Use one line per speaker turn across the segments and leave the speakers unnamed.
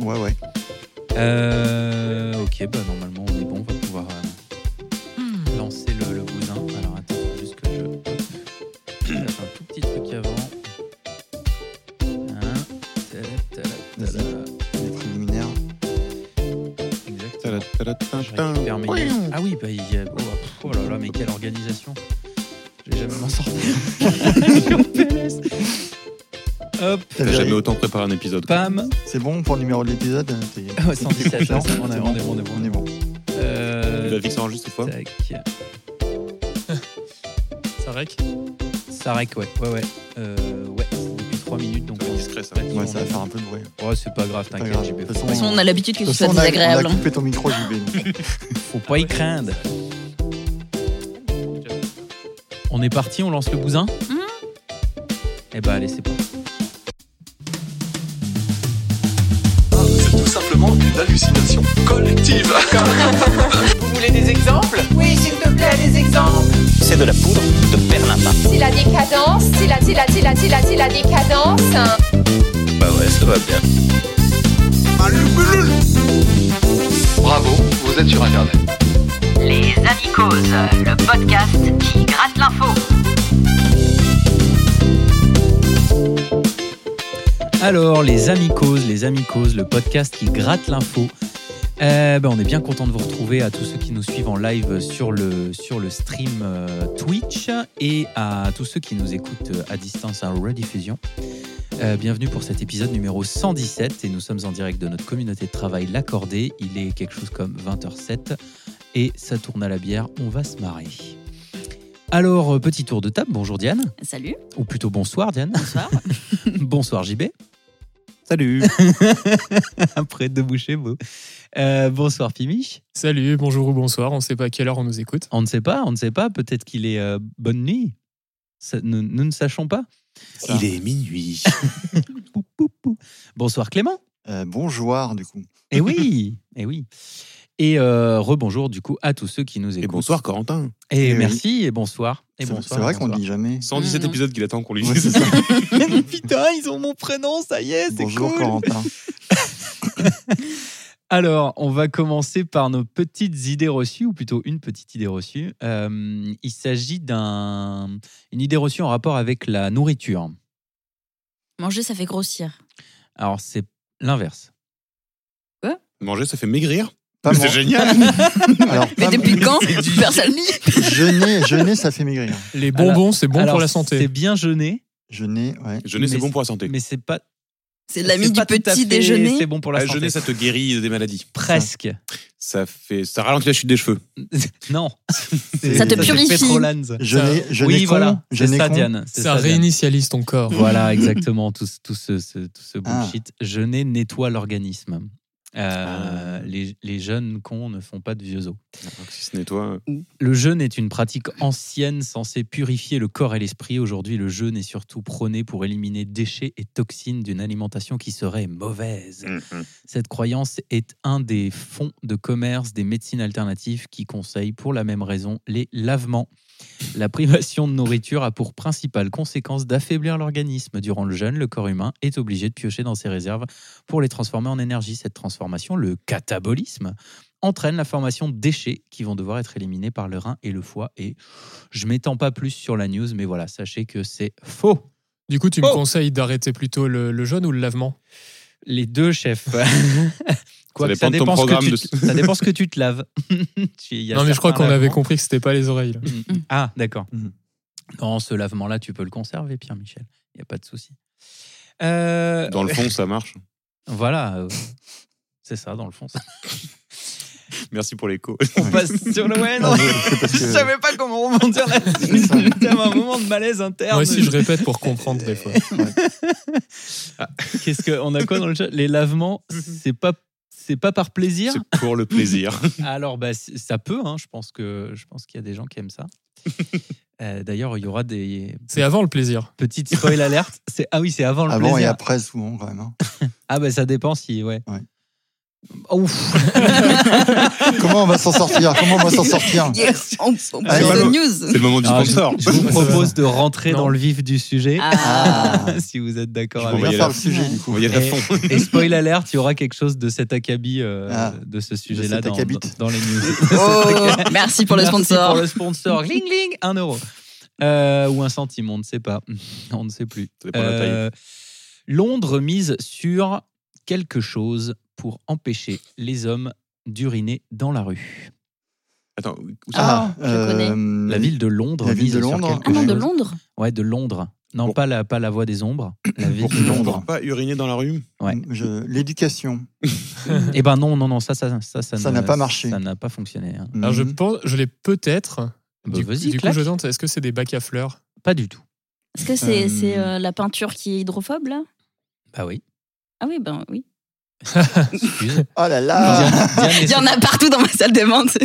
Ouais, ouais.
Euh, ok, bah normalement on est bon, on va pouvoir euh, lancer le, le bousin. Alors attends, faut juste que je. J'ai un tout petit truc avant. Hein, tala, tala, tala.
Les préliminaires.
Exactement. Je récupère mes- Ah oui, bah il y a. Oh, pff, oh là là, mais quelle organisation Je vais jamais m'en sortir. Je suis en PLS. Hop,
T'as
T'as
vérifié
jamais autant préparé un épisode. quoi.
pam.
C'est bon pour le numéro de l'épisode t'es-
Ouais, 117,
Non,
ouais, c'est bon, on est bon, on est bon, on est bon.
on est bon.
Euh,
Tu vas fixer enregistre ou pas
tac.
Ça rec
Sarek, ouais. Ouais, ouais. Euh, ouais, c'est depuis 3 minutes, donc
Ça va
on
être discret, ça va être
Ouais, ça va faire un peu de bruit.
Ouais, c'est pas grave,
pas
t'inquiète,
grave.
j'ai
De toute
faut, pas-
façon, on-
toute façon, on a l'habitude que
De
ce soit
toute façon, on a-
désagréable. hein.
On a coupé ton micro, JB.
faut pas y craindre. On est parti, on lance le bousin
Mhm.
Eh bah, allez, c'est parti.
C'est tout simplement une hallucination collective.
Vous voulez des exemples Oui, s'il te plaît, des exemples.
C'est de la poudre de perlimpin.
Si la décadence, si la, si la, si la, si la, si la décadence.
Bah ouais, ça va bien.
Bravo, vous êtes sur Internet.
Les Amicos, le podcast qui gratte l'info.
Alors, les Amicos, les Amicos, le podcast qui gratte l'info. Euh, ben, on est bien content de vous retrouver à tous ceux qui nous suivent en live sur le, sur le stream euh, Twitch et à tous ceux qui nous écoutent euh, à distance à rediffusion. Euh, bienvenue pour cet épisode numéro 117 et nous sommes en direct de notre communauté de travail L'Accordé. Il est quelque chose comme 20h07 et ça tourne à la bière, on va se marrer. Alors, euh, petit tour de table, bonjour Diane,
Salut.
ou plutôt bonsoir Diane.
Bonsoir.
bonsoir JB.
Salut
Après deux bouchées, beau. Euh, bonsoir Pimich.
Salut, bonjour ou bonsoir, on sait pas à quelle heure on nous écoute.
On ne sait pas, on ne sait pas. Peut-être qu'il est euh, bonne nuit. Ça- nous, nous ne sachons pas.
Il est minuit.
Pou, pou, pou. Bonsoir Clément.
Euh, Bonjour, du coup.
Eh oui, eh oui. Et euh, rebonjour du coup à tous ceux qui nous
Et
écoutent.
bonsoir, Corentin.
Et
Eh oui.
merci et bonsoir. Et
C'est
bonsoir.
c'est vrai
et
qu'on ne
bonsoir.
dit jamais.
117
Mmh.
Mhm.
épisodes qu'il attend qu'on lui
Ouais, c'est
dise.
ça.
Putain, ils ont mon prénom, ça y est, c'est
Bonjour,
cool.
Corentin.
Alors, on va commencer par nos petites idées reçues, ou plutôt une petite idée reçue. Euh, il s'agit d'un une idée reçue en rapport avec la nourriture.
Manger, ça fait grossir.
Alors, c'est l'inverse.
Manger, ça fait maigrir.
Pas
C'est
moi.
génial.
Alors,
Mais
pas
depuis quand Personne n'y
moi. Jeûner, jeûner, ça fait maigrir.
Les bonbons, c'est bon
Alors,
pour la
C'est
santé.
bien jeûner,
Jeûner, ouais.
Jeûner, c'est
Mais-
bon pour la santé.
mais c'est pas.
C'est
c'est
l'ami du
pas tout à
petit
fait-
déjeuner.
C'est bon pour la
Ah,
santé.
Jeûner, ça te guérit des maladies.
Presque.
Ça fait, ça ralentit la chute des cheveux.
non.
te
C'est- c'est
purifie.
Petrolans.
Jeûner, jeûner
oui,
con,
voilà. C'est
jeûner
ça,
con.
Diane. c'est Mm.
Ça
ça, Diane.
réinitialise ton corps.
Voilà, exactement, tout, ce- tout ce, ce- tout ce
Ah.
bullshit. Jeûner nettoie l'organisme. Euh, les, les jeunes cons ne font pas de vieux os.
Donc, si ce n'est toi.
Le jeûne est une pratique ancienne censée purifier le corps et l'esprit. Aujourd'hui, le jeûne est surtout prôné pour éliminer déchets et toxines d'une alimentation qui serait mauvaise. Cette croyance est un des fonds de commerce des médecines alternatives qui conseillent pour la même raison les lavements. La privation de nourriture a pour principale conséquence d'affaiblir l'organisme. Durant le jeûne, le corps humain est obligé de piocher dans ses réserves pour les transformer en énergie. Cette transformation, le catabolisme, entraîne la formation de déchets qui vont devoir être éliminés par le rein et le foie. Et je m'étends pas plus sur la news, mais voilà, sachez que c'est faux.
Du coup, tu
Oh.
me conseilles d'arrêter plutôt le, le jeûne ou le lavement
Les deux chefs. Quoi
Ça
que ça,
dépend de ton
dépend ce que
programme
tu
de-
te- ça dépend ce que tu te laves. Tu- il y a
Non, mais je crois
certains
qu'on avait
lavements.
compris que c'était pas les oreilles. là.
Mm. Ah, d'accord.
Mm.
Non, ce lavement-là, tu peux le conserver, Pierre-Michel. Il n'y a pas de souci. Euh,
Dans le fond, ça marche.
Voilà. euh, C'est ça, dans le fond. ça.
Merci pour l'écho.
On passe sur le web.
Ah, c'est parce
Je
que-
savais pas comment rebondir là-dessus.
C'est ça.
J'avais un moment de malaise interne.
Moi aussi, je répète pour comprendre des fois.
Qu'est-ce que on a quoi dans le chat Les lavements, c'est pas c'est pas par plaisir.
C'est pour le plaisir.
Alors bah c- ça peut. hein, Je pense que je pense qu'il y a des gens qui aiment ça. Euh, D'ailleurs, il y aura des
C'est avant le plaisir.
petites spoil alerte. C'est ah oui, c'est avant le bah,
Avant et
plaisir.
après, souvent, quand même. hein.
Ah ben ça dépend si ouais.
Ouais.
Ouf.
Comment on va s'en sortir Comment on va s'en sortir
Yes, on, on
Allez,
parle de
voilà.
news.
C'est le moment du
Alors,
sponsor.
Je vous propose de rentrer
Non.
dans le vif du sujet.
Ah.
si vous êtes d'accord
On
vous
avec
va
voyez
faire
là.
le sujet.
Ouais.
du coup.
On va y aller à
Et, euh,
fond.
et spoil alert, il y aura quelque chose de cet acabit euh,
Ah,
de ce sujet-là
cet
dans,
acabit.
dans les news.
Oh, merci pour le
Merci
sponsor.
Pour le sponsor, ling ling, un euro. Euh, ou un centime, on ne sait pas. On ne sait plus.
Ça dépend de la taille.
Euh, Londres mise sur quelque chose pour empêcher les hommes d'uriner dans la rue.
Attends, où où ça
Ah, je
euh,
La ville de Londres
La ville
mise
de
sur
Londres.
quelque
Ah non, de
chose.
Londres
Ouais, de Londres. Non,
Pour-
pas, la, pas la voie des ombres, la ville
Pour
de
Londres.
Londres.
Pas uriner dans la rue
Ouais.
Je- L'éducation.
Eh ben non, non, non, ça, ça, ça,
Ça
ne-
n'a pas marché.
Ça n'a pas fonctionné. hein.
Alors je
Mhm.
pense, je l'ai peut-être.
Bah,
du
vas-y,
du coup,
claque.
je tente. Est-ce que c'est des bacs à fleurs
Pas du tout.
Est-ce que c'est
Euh,
c'est, euh, la peinture qui est hydrophobe là
Bah oui.
Ah oui, ben oui.
Excuse.
Oh là là
Diane- Diane
Il y en a partout dans ma salle des ventes.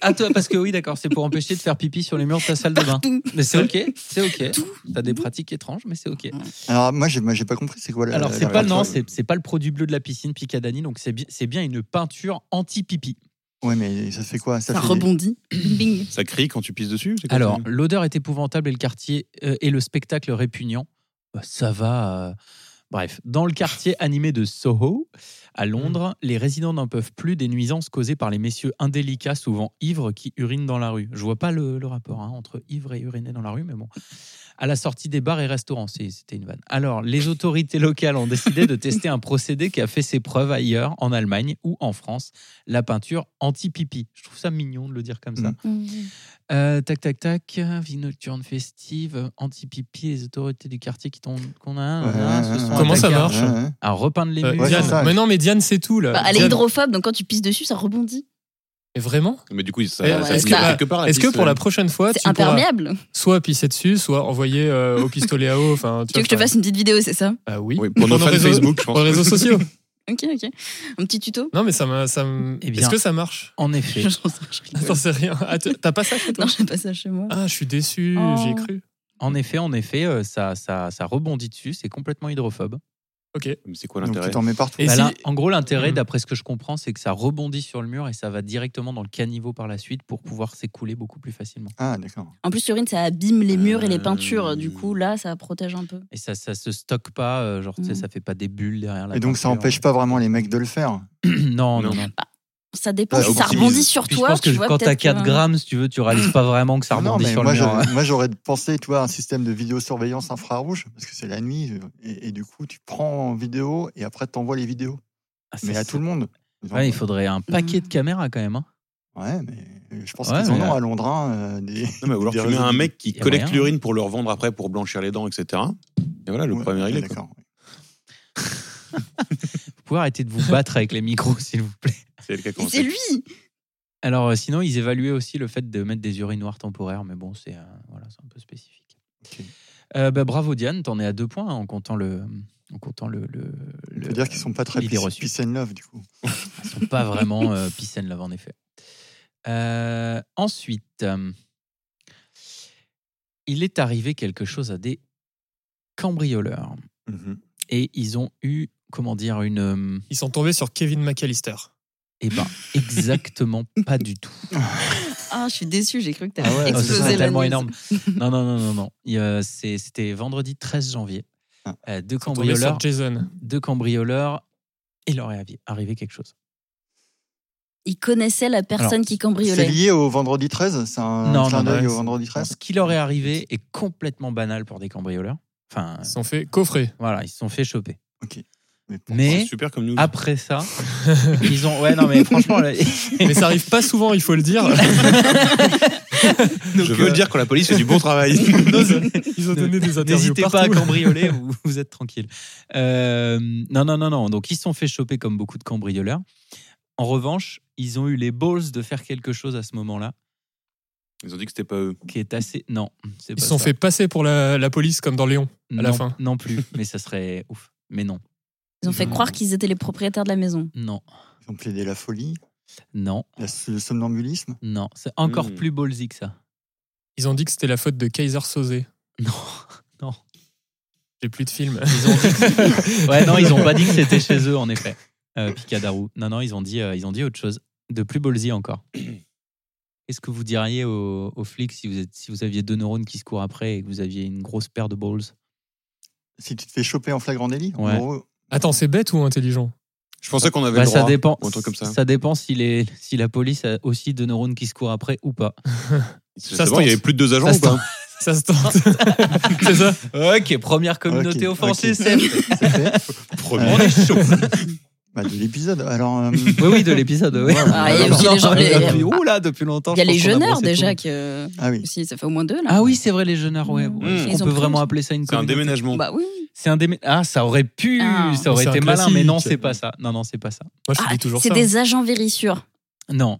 Ah, toi, parce que oui, d'accord, c'est pour empêcher de faire pipi sur les murs de ta salle de bain.
Partout.
Mais c'est ok, c'est ok. T'as des pratiques étranges, mais c'est ok.
Alors moi j'ai moi, j'ai pas compris c'est quoi la.
Alors,
la-
c'est
la-
pas
la-
non, c'est c'est pas le produit bleu de la piscine Picadani, donc c'est bi- c'est bien une peinture anti-pipi.
Ouais mais ça fait quoi
Ça
fait-
rebondit. Bing, bing.
Ça crie quand tu pisses dessus C'est quoi
Alors,
ça
l'odeur est épouvantable et le quartier euh, et le spectacle répugnant. Bah, ça va. euh, Bref, dans le quartier animé de Soho,
Hmm.
à Londres, les résidents n'en peuvent plus des nuisances causées par les messieurs indélicats, souvent ivres, qui urinent dans la rue. Je vois pas le, le rapport hein, entre ivre et uriner dans la rue, mais bon. À la sortie des bars et restaurants, c'est- c'était une vanne. Alors, les autorités locales ont décidé de tester un procédé qui a fait ses preuves ailleurs, en Allemagne ou en France, la peinture anti-pipi. Je trouve ça mignon de le dire comme ça.
Mm.
Euh, tac, tac, tac. Vie nocturne festive, euh, anti-pipi, les autorités du quartier qui t'ont qu'on a.
hein,
Ouais,
nanana,
ouais,
se sont
ouais.
Comment ça
attaqués à-
marche
Ouais, ouais.
À repeindre les
Euh,
murs.
ouais,
Diane.
c'est ça.
Mais non, mais Diane, c'est tout là.
Bah, elle est
Diane.
hydrophobe, donc quand tu pisses dessus, ça rebondit.
Et vraiment
Mais du coup, ça,
Eh,
ça
est-ce
crie
que-
quelque
Ah,
part. la
Est-ce que
piste,
pour la
euh,
prochaine fois,
C'est
tu pourras
imperméable.
soit pisser dessus, soit envoyer euh, au pistolet à eau Enfin,
Tu veux que je te fasse une petite vidéo, c'est ça
Ah oui.
Oui, pour nos fans
réseaux-
Facebook, je
Pour les
pense.
réseaux sociaux.
Ok, ok. Un petit tuto
Non, mais ça me. ça me-
Eh bien.
Est-ce que ça marche
En effet.
J'en sais- je rigole.
Attends, c'est rien. Ah, t- T'as pas ça chez toi
Non, j'ai pas ça chez moi.
Ah, je suis déçu,
Oh.
j'y ai cru.
En effet, en effet, euh, ça, ça, ça rebondit dessus. C'est complètement hydrophobe.
Mais c'est quoi
Donc
l'intérêt
tu t'en mets partout.
Et
Bah
si-
là, en gros, l'intérêt,
Mm.
d'après ce que je comprends, c'est que ça rebondit sur le mur et ça va directement dans le caniveau par la suite pour pouvoir s'écouler beaucoup plus facilement.
Ah d'accord.
En plus, l'urine, ça abîme les murs et les
Euh,
peintures. Du coup, là, ça protège un peu.
Et ça, ça se stocke pas, euh, genre, tu sais,
Mm.
ça fait pas des bulles derrière la
Et donc ça
peinture.
empêche pas vraiment les mecs de le faire.
non, non,
Non.
non.
Ça dépend.
Ouais,
si ça
optimise.
rebondit sur
Puis je
toi,
pense
tu
que
vois
quand t'as
peut-être euh,
4
que-
grammes, si tu veux, tu réalises pas vraiment que ça
non,
rebondit
mais
sur
moi,
le mur. hein.
j'aurais- moi, j'aurais pensé, tu vois, à un système de vidéosurveillance infrarouge, parce que c'est la nuit, euh, et, et du coup, tu prends en vidéo et après, tu envoies les vidéos.
Ah, ça,
Mais à
c'est-
tout le monde. Ils
Ouais, il
envoient.
faudrait un paquet de caméras quand même. hein.
Ouais, mais euh, je pense
Ouais,
qu'ils en
mais-
ont à Londres. hein, euh, des...
Non, mais ou alors
Des
tu mets
réseaux
un mec qui
Y a
collecte
moyen.
l'urine pour le revendre après pour blanchir les dents, etc. Et voilà, le
Ouais,
premier, il
ok,
est. quoi.
d'accord.
Vous pouvez arrêter de vous battre avec les micros, s'il vous plaît.
C'est le cas
Mais
quand
C'est lui
Alors, euh, sinon, ils évaluaient aussi le fait de mettre des urinoirs temporaires, mais bon, c'est euh, voilà, c'est un peu spécifique.
Ok.
Euh, bah, bravo, Diane, t'en es à deux points hein, en comptant le. En comptant le. le,
On
le-
peut dire qu'ils sont pas très
l'idée
peace,
reçue.
peace and love, du coup.
Ils sont pas vraiment euh, peace and love, en effet. Euh, ensuite, euh, il est arrivé quelque chose à des cambrioleurs. Mhm. Et ils ont eu, comment dire, une. euh,
Ils sont tombés sur Kevin McAllister.
Eh ben, exactement pas du tout.
Ah, je suis déçue, j'ai cru que t'avais
Ah ouais,
Ah,
explosé
c'est
la
tellement
news.
énorme. Non, non, non, non, non. Il, euh, c'est- C'était vendredi 13 janvier.
Ah.
Euh, deux,
Ils sont tombés
cambrioleurs,
sur Jason.
deux cambrioleurs, il leur est arri- arrivé quelque chose.
Il connaissait la personne qui
C'est
cambriolait.
lié au vendredi 13 C'est un
Non,
clin
non,
d'œil
ouais,
au
c'est-
vendredi
Alors,
13
ce qui leur est arrivé est complètement banal pour des cambrioleurs. Enfin,
Ils se sont fait coffrer.
voilà, ils se sont fait choper.
pourquoi
même.
Mais
C'est super comme nous.
après ça, ils ont. Ouais, non, mais franchement. là-
Mais ça arrive pas souvent, il faut le dire.
Je veux
euh,
le dire quand la police fait du bon travail.
Bah,
Ils ont donné des interviews
N'hésitez pas à
partout.
cambrioler, vous, vous êtes tranquille. Euh, non, non, non, non. Donc, ils se sont fait choper comme beaucoup de cambrioleurs. En revanche, ils ont eu les balls de faire quelque chose à ce moment-là,
Ils ont dit que c'était pas eux.
qui est assez. Non, c'est
Ils
pas
se sont
ça.
fait passer pour la, la police comme dans Léon.
non,
à la fin.
Non plus, mais ça serait ouf. Mais non,
Ils ont fait croire qu'ils étaient les propriétaires de la maison.
non,
Ils ont plaidé la folie,
non,
la- le somnambulisme.
non. C'est encore
Hmm.
plus ballsy que ça.
Ils ont dit que c'était la faute de Kaiser Sosé.
Non.
J'ai plus de films.
Ils ont dit que- Ouais, non, ils n'ont pas dit que c'était chez eux, en effet. euh, Picadaru. Non, non, ils ont dit, euh, ils ont dit autre chose, de plus ballsy encore. Qu'est-ce que vous diriez aux, aux flics si vous, êtes, si vous aviez deux neurones qui se courent après et que vous aviez une grosse paire de balls
Si tu te fais choper en flagrant délit, en
Ouais.
gros,
Attends, c'est bête ou intelligent
Je pensais qu'on avait
Bah,
le droit.
ça dépend.
Ou un truc comme ça.
dépend si, les, si la police a aussi deux neurones qui se courent après ou pas.
C'est
Ça se
bon, il y
tente.
avait plus de deux agents
Ça
ou
se
pas
Ça se tente. c'est ça
Ok, première communauté
Ok,
offensée,
ok.
c'est
c'est fait.
Premier.
on est chaud.
Bah, de l'épisode. Alors, euh,
Oui, oui, de l'épisode. Oui.
Ah, il y a
bah,
aussi les gens- les-
depuis, ouh là, depuis longtemps.
Il y a
je pense
les
qu'on
jeûneurs
brossé
déjà,
bah, tout.
que euh,
ah oui.
aussi, ça fait au moins deux là.
Ah oui, c'est vrai, les jeûneurs, ouais.
Mmh.
Est-ce
Ils
qu'on
ont
peut
pris
vraiment
une-
appeler ça une
C'est un
communauté
déménagement.
Bah oui.
C'est un déménagement. Ah, ça aurait pu,
Ah.
ça aurait
C'est un
été malin, mais non,
classique.
c'est pas ça. Non, non, c'est pas ça.
Moi, je
Ah,
dis toujours ça.
c'est des agents vérissures.
Non.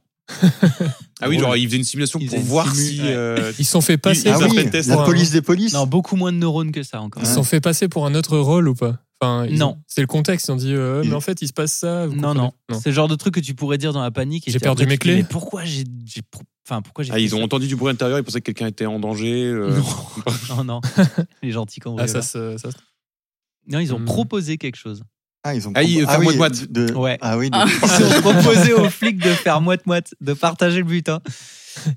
Ah oui, genre, ils faisaient une simulation
Ils
pour
faisaient
voir
une simu,
si.
ouais.
euh,
Ils se sont fait passer.
Ah
Ils ont
oui,
fait le test,
la
ouais.
police des polices.
Non, beaucoup moins de neurones que ça encore.
Ils se sont fait passer pour un autre rôle ou pas Enfin, ils-
Non.
C'est le contexte. Ils ont dit, euh, mais en fait, il se passe ça. vous
Non,
comprenez
non. C'est le genre de truc que tu pourrais dire dans la panique. et
J'ai
puis
perdu
après, tu
mes
te dis,
clés.
Mais pourquoi j'ai. j'ai pro- Enfin, pourquoi j'ai.
Ah,
fait
ils ont
ça
entendu du bruit intérieur, ils pensaient que quelqu'un était en danger. euh,
Non, non. Les gentils
Ah,
cambrioleurs.
ça, se- ça, se-
non, ils ont
Hmm.
proposé quelque chose.
Ah, ils ont
Ah, ils-
propo-
faire
oui,
moite-moite.
de-
Ouais.
Ah oui, de-
Ah.
Ils ont proposé aux flics de faire moite-moite, de partager le butin.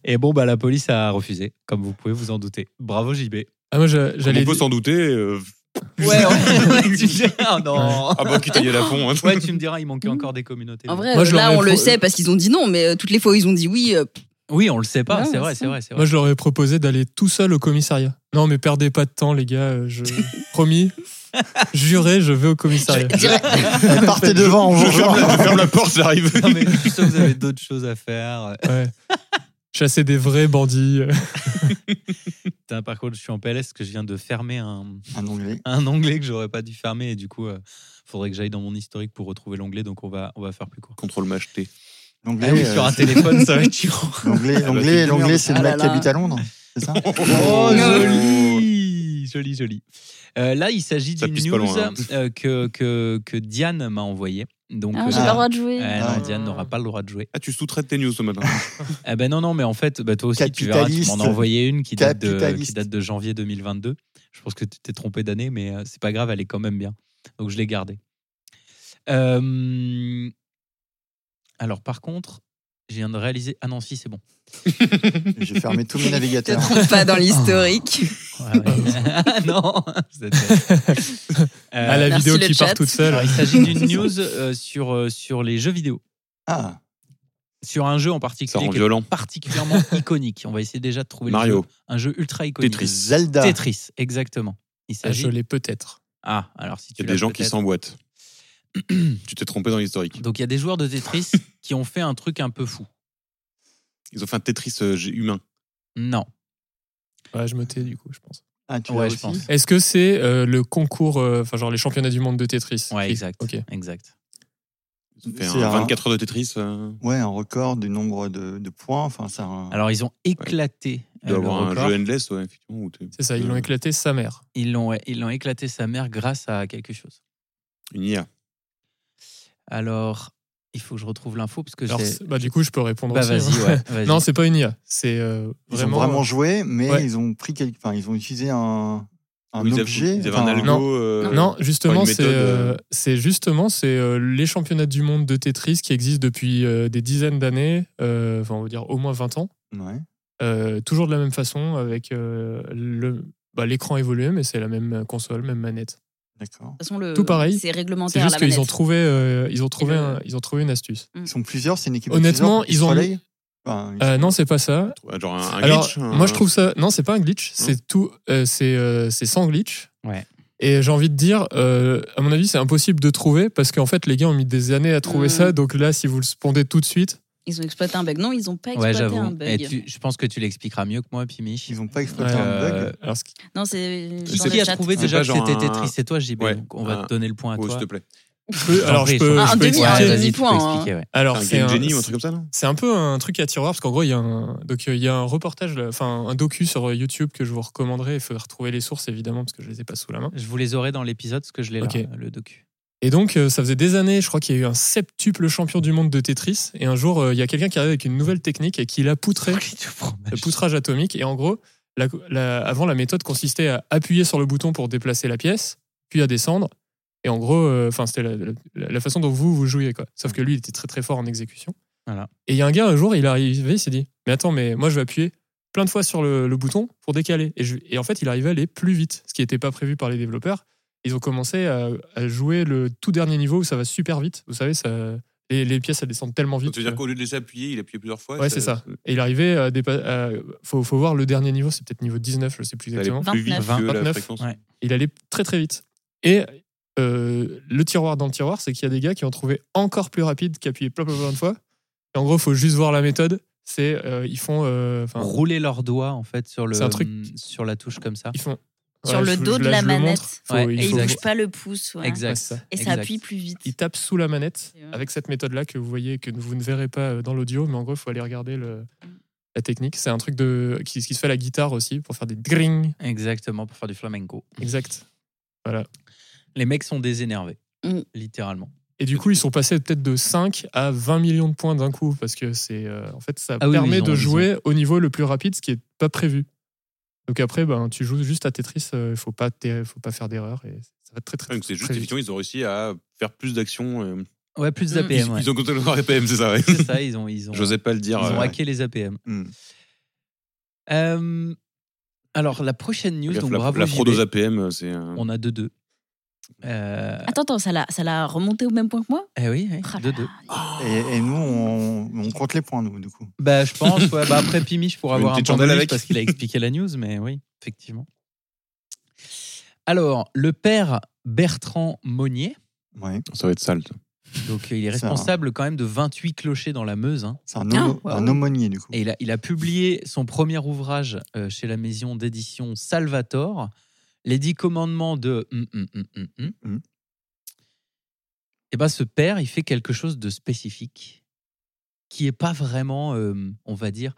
Et bon, bah, la police a refusé, comme vous pouvez vous en douter. Bravo, JB.
Ah, moi, je-
Comme
j'allais.
on peut s'en douter. euh,
Ouais, ouais, tu dis, ah, non.
Ah bah, qui taillait la fond. hein.
Ouais, tu me diras, il manquait encore des communautés.
En vrai,
Moi,
euh,
je
là
l'aurais
on le
pro-
sait parce qu'ils ont dit non, mais euh, toutes les fois où ils ont dit oui, euh,
Oui, on le sait pas,
Ouais,
c'est
on
vrai,
sait.
c'est vrai, c'est vrai.
Moi, je leur ai proposé d'aller tout seul au commissariat. Non, mais perdez pas de temps, les gars. euh, Je... Promis. Juré, je vais au commissariat.
partez devant, on
Je
vous
ferme
rejoint.
la- je ferme la porte, j'arrive.
Non, mais je suis sûr que vous avez d'autres choses à faire.
Ouais. Chasser des vrais bandits. euh,
Putain, par contre, je suis en PLS parce que je viens de fermer un,
Un onglet.
un onglet que j'aurais pas dû fermer et du coup, il faudrait que j'aille dans mon historique pour retrouver l'onglet, donc on va, on va faire plus court.
Contrôle m'acheter.
L'onglet,
Ah oui,
euh,
sur un téléphone, ça va être chiant.
l'onglet,
bah,
l'onglet,
c'est
l'onglet,
merde.
c'est
Ah
le
là
mec qui
là.
habite à Londres, c'est ça
Oh,
Non.
joli Joli, joli. Euh, là, il s'agit
Ça
d'une
pisse
news
pas loin, hein.
euh, que, que, que Diane m'a envoyée. Donc,
ah,
euh,
j'ai pas le droit de jouer.
euh,
Ah.
non, Diane n'aura pas le droit de jouer.
Ah, tu sous-traites tes news ce matin.
Ah ben non, non, mais en fait, bah, toi aussi, tu verras, tu m'en as
Capitaliste.
envoyé une qui date, de,
Capitaliste.
qui date de janvier 2022. Je pense que tu t'es trompé d'année, mais euh, c'est pas grave, elle est quand même bien. Donc je l'ai gardée. Euh, Alors par contre, je viens de réaliser... Ah non, si, c'est bon.
J'ai fermé tous mes
Je te
navigateurs.
trompe pas dans l'historique.
Ouais, ouais. Ah non Vous êtes bête. Euh,
à la
merci
vidéo
le
qui
chat.
part toute seule.
alors, il s'agit d'une news euh, sur, euh, sur les jeux vidéo.
Ah,
Sur un jeu en
Ça
particulier
rend
qui est
violent.
particulièrement iconique. On va essayer déjà de trouver le jeu.
Mario,
un jeu ultra iconique.
Tetris.
Zelda.
Tetris, exactement. Il
Ah,
s'agit.
je l'ai peut-être.
Ah, alors si tu
il y a
l'as
des gens qui
peut-être.
s'emboîtent. tu t'es trompé dans l'historique.
Donc il y a des joueurs de Tetris qui ont fait un truc un peu fou.
Ils ont fait un Tetris euh, humain.
Non.
Ouais, je me tais du coup, je pense.
Ah, tu
Ouais,
l'as
je
aussi
pense.
Est-ce que c'est euh, le concours, euh, enfin genre les championnats du monde de Tetris
Ouais,
Qui-
exact.
Ok.
Exact.
Ils ont fait
C'est
un
un-
24 heures de Tetris. euh,
Ouais, un record du nombre de, de points. Enfin, ça. un-
Alors ils ont éclaté
Il
euh,
doit
le
avoir un
record.
jeu endless, ouais, effectivement. où t'es- euh,
C'est ça,
Hmm.
ils l'ont éclaté sa mère.
Ils l'ont ouais, ils l'ont éclaté sa mère grâce à quelque chose.
Une IA.
Alors il faut que je retrouve l'info parce que
Alors,
c'est.
c'est- bah, du coup, je peux répondre
Bah
aussi.
vas-y ouais. vas-y.
Non, c'est pas une IA. C'est euh,
ils
vraiment.
ont vraiment joué, mais
Ouais.
ils ont pris quelque... enfin, ils ont utilisé un, un
Où ils avaient-
objet.
Ils avaient
enfin,
un algo.
Non.
euh,
non,
pas
justement,
une
c'est
méthode,
euh,
euh.
c'est justement c'est euh, les championnats du monde de Tetris qui existent depuis euh, des dizaines d'années, euh, enfin on va dire au moins 20 ans,
Ouais.
euh, toujours de la même façon avec euh, le bah, l'écran évolué, mais c'est la même console, même manette.
D'accord.
De toute façon, le-
Tout pareil.
C'est
C'est
réglementaire à
juste
la
qu'ils ont
manette.
trouvé euh, ils ont trouvé
Et le-
un- ils ont trouvé une astuce.
Ils sont plusieurs, c'est une équipe. de
Honnêtement,
plusieurs qui se
ils ont mis-
relaient Enfin, ils-
Euh, non, c'est pas ça.
Genre un, un
Alors,
glitch, un- Hein
moi je trouve ça. Non, c'est pas un glitch, c'est tout. euh, c'est euh, c'est sans glitch.
Ouais.
Et j'ai envie de dire, euh, à mon avis, c'est impossible de trouver parce qu'en fait, les gars ont mis des années à
Euh.
trouver
Mm.
ça. Donc là, si vous le spondez tout de suite,
Ils ont exploité un bug. Non, ils ont pas
Ouais,
exploité un
j'avoue. Et
bug.
tu- je pense que tu l'expliqueras mieux que moi, Pimich.
ils ont pas exploité
Ouais,
un bug.
Euh,
alors ce qui-
Non, c'est.
sais
dans
Qui
le
a
chat.
trouvé
C'est
déjà
pas
que
genre
c'était
un-
Tetris C'est toi, JB.
Ouais,
donc on va
un-
te donner le point à
Oh, s'il
toi.
te plaît.
je peux- alors je
prie,
peux,
je
t'en
je peux
prie.
expliquer.
Ah, un
Ouais,
demi
vas-y, tu peux
point, hein.
expliquer, ouais.
Alors
C'est
c'est
un game
un,
genie ou un truc comme ça, non
c'est un peu un truc à tiroir parce qu'en gros, il y a un donc euh, il y a un reportage, là, enfin un docu sur euh, YouTube que je vous recommanderais. Il faudrait retrouver les sources évidemment parce que je les ai pas sous la main.
Je vous les aurai dans l'épisode parce que je l'ai là,
Ok.
le docu.
Et donc, euh, ça faisait des années, je crois qu'il y a eu un septuple champion du monde de Tetris. Et un jour, euh, il y a quelqu'un qui arrive avec une nouvelle technique et qui l'a poutré, le poutrage atomique. Et en gros, la- la- avant, la méthode consistait à appuyer sur le bouton pour déplacer la pièce, puis à descendre. Et en gros, euh, enfin, c'était la, la- la façon dont vous, vous jouiez. Quoi. Sauf que lui, il était très très fort en exécution.
Voilà.
Et il y a un gars, un jour, il est arrivé, il s'est dit Mais attends, mais moi, je vais appuyer plein de fois sur le, le bouton pour décaler. Et, je- et en fait, il arrivait à aller plus vite, ce qui n'était pas prévu par les développeurs. Ils ont commencé à, à jouer le tout dernier niveau où ça va super vite. Vous savez, ça, les, les pièces, elles descendent tellement vite.
Tu veux dire qu'au lieu de les appuyer, il appuyait plusieurs fois
Ouais, c'est ça. Et il arrivait euh, à dépa- à- faut, faut voir le dernier niveau, c'est peut-être niveau 19, je sais plus
Ça allait
exactement.
plus vite
29.
que la
29.
fréquence.
Ouais.
Il allait très très vite. Et euh, le tiroir dans le tiroir, c'est qu'il y a des gars qui ont trouvé encore plus rapide qu'appuyer plein plein plein de fois. Et en gros, faut juste voir la méthode. C'est euh, ils font, euh, enfin,
Rouler leurs doigts en fait sur le hum,
C'est un truc-
sur la touche comme ça.
ils font
Sur
Ouais,
le
je-
dos
je-
de
là,
la
je le montre.
manette.
Faut-
Ouais,
il
Et
faut-
il
exact.
bouge pas le pouce. voilà.
Exact.
Ouais, c'est ça.
Et ça
Exact.
appuie plus vite.
Ils tapent sous la manette
C'est vrai.
avec cette méthode-là que vous voyez que vous ne verrez pas euh, dans l'audio, mais en gros, il faut aller regarder le- la technique. C'est un truc de qui, qui se fait à la guitare aussi pour faire des dring.
Exactement pour faire du flamenco.
Exact.
Les mecs sont désénervés,
Mm.
littéralement.
Et du coup, ils sont passés peut-être de 5 à 20 millions de points d'un coup, parce que c'est euh, en fait, ça
Ah oui,
permet
ils ont-
de
ils
jouer au niveau le plus rapide, ce qui n'est pas prévu. Donc après, ben, tu joues juste à Tetris, euh, il ne faut pas, t'er- faut pas faire d'erreur, et ça va très très,
Ouais, Ah, donc C'est juste,
très vite.
effectivement, ils ont réussi à faire plus d'actions. euh,
Ouais, plus
Mm.
d'APM.
ils,
ouais.
ils ont compté le leur APM, c'est ça, ouais.
C'est ça, ils ont ils ont
J'osais pas le dire.
Ils ont
euh,
hacké les APM.
Hmm.
Euh, alors, la prochaine news,
Gaffe,
donc
la,
bravo.
la
JB.
fraude aux APM, euh, c'est un-
On a 2-2. Euh,
Attends, attends, ça l'a- ça l'a remonté au même point que moi
eh oui, oui,
Oh là
2-2.
là.
Et, et nous, on, on compte les points, nous, du coup.
Bah, je pense, ouais. Bah, après Pimiche pour
Tu veux
avoir
une
un
petite
point de
chandelle
plus
avec
parce qu'il a expliqué la news, mais oui, effectivement. Alors, le père Bertrand Monnier,
Ouais.
Ça va être sale. ça.
donc euh, il est
Ça.
hein.
responsable quand même de 28 clochers dans la Meuse, hein.
C'est un, homo-
Ah, ouais.
un aumônier, du coup.
et il a, il a publié son premier ouvrage euh, chez la maison d'édition Salvator, Les Dix Commandements de. hum, hum, hum, hum, hum.
Mm.
Hum.
Eh ben, ce père, il fait quelque chose de spécifique qui est pas vraiment, euh, on va dire,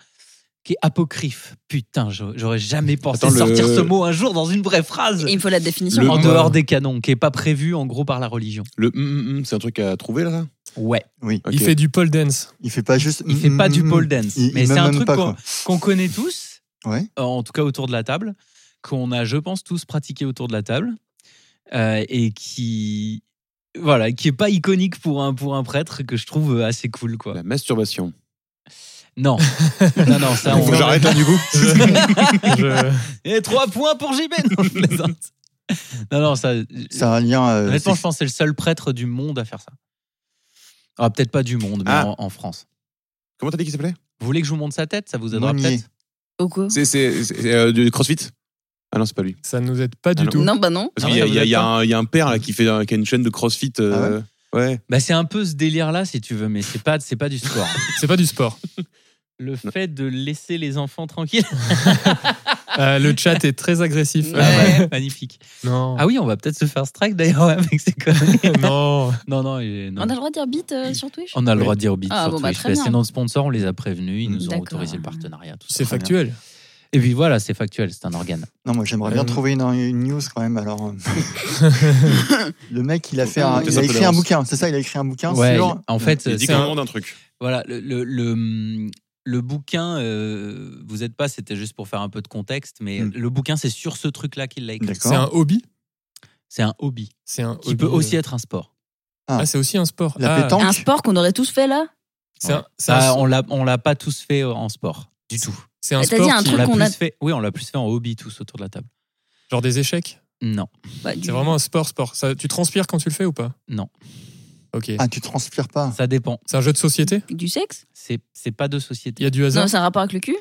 qui est apocryphe. Putain, j'a- j'aurais jamais pensé
Attends, le-
sortir ce mot un jour dans une vraie phrase
Et il me faut la définition.
Le-
en dehors des canons, qui est pas prévu en gros par la religion.
Le hum, hum, hum, c'est un truc à trouver, là ça
Ouais,
Oui.
Ok.
Il fait du pole dance.
Il fait pas juste. hmm,
il fait pas
Mm,
du pole dance,
Il- il
mais c'est
m'aime
un
même
truc
pas,
qu'on
quoi.
qu'on connaît tous.
Ouais.
euh, en tout cas autour de la table, qu'on a, je pense, tous pratiqué autour de la table, euh, et qui, voilà, qui est pas iconique pour un, pour un prêtre, que je trouve assez cool, quoi.
La masturbation.
Non, non, non, ça, on...
Faut que j'arrête là, du coup.
Je-
Et trois points pour JB Non, je plaisante. Non, non, ça...
C'est un lien. euh,
Honnêtement, je
sex-
pense que c'est le seul prêtre du monde à faire ça. Ah, peut-être pas du monde, mais
Ah.
en, en France.
Comment t'as dit qu'il s'appelait
Vous voulez que je vous montre sa tête Ça vous aidera
Monnier.
peut-être
Pourquoi
C'est c'est- c'est, euh, du crossfit Ah non, c'est pas lui.
ça ne nous aide pas du
Ah non.
tout.
Non, bah non.
Parce
Ah
qu'il y, a-
ouais,
il y a-
vous
il y a
êtes
un- il y a un père là, qui, fait, un- qui a une chaîne de crossfit. euh, ouais.
bah, C'est un peu ce délire-là, si tu veux, mais c'est pas, c'est pas du sport.
C'est pas du sport.
Le fait de laisser les enfants tranquilles.
Euh, le chat est très agressif. bah,
Ouais. Ah
Magnifique.
Non.
Ah oui, on va peut-être se faire strike d'ailleurs avec ces conneries.
non.
Non, non, euh, non.
On a le droit de dire bite euh, sur Twitch
On a le droit de dire au beat
Ah,
sur
bon, bah,
Twitch.
très
Bah,
bien. Mm,
c'est non sponsor, on les a prévenus, ils nous ont
D'accord.
autorisé le partenariat. tout ça.
C'est
Très bien.
factuel.
Et puis voilà, c'est factuel, c'est un organe.
Non, moi j'aimerais bien
Euh,
trouver une, une news quand même. Alors, euh, le mec, il a fait, un,
Fais
il
ça
a
peu
écrit un
d'avance.
bouquin. C'est ça, il a écrit un bouquin
Ouais,
sur.
en fait,
Il dit
c'est un-
comment d'un truc.
voilà, le, le, le- le bouquin, euh, vous êtes pas, c'était juste pour faire un peu de contexte, mais
Hmm.
le bouquin, c'est sur ce truc-là qu'il l'a écrit.
D'accord.
C'est un hobby.
C'est un hobby
C'est un.
qui
hobby,
peut
euh.
aussi être un sport.
Ah, c'est aussi un sport.
La
Ah,
pétanque.
Un sport qu'on aurait tous fait là
C'est un, c'est un-
Ça, Bah, Ah, on l'a- on l'a pas tous fait euh, en sport, du tout.
c'est un
Mais t'as dit
sport
un
qui-
On l'a
qu'on
plus
a-
fait. Oui, on l'a plus fait en hobby tous autour de la table.
genre des échecs.
Non.
Bah, du-
C'est vraiment un sport, sport. Ça, tu transpires quand tu le fais ou pas
Non.
Ok.
Ah, tu transpires pas.
Ça dépend.
C'est un jeu de société
Du sexe
C'est c'est pas de
Il
société.
y a du hasard
Non, c'est un rapport avec le cul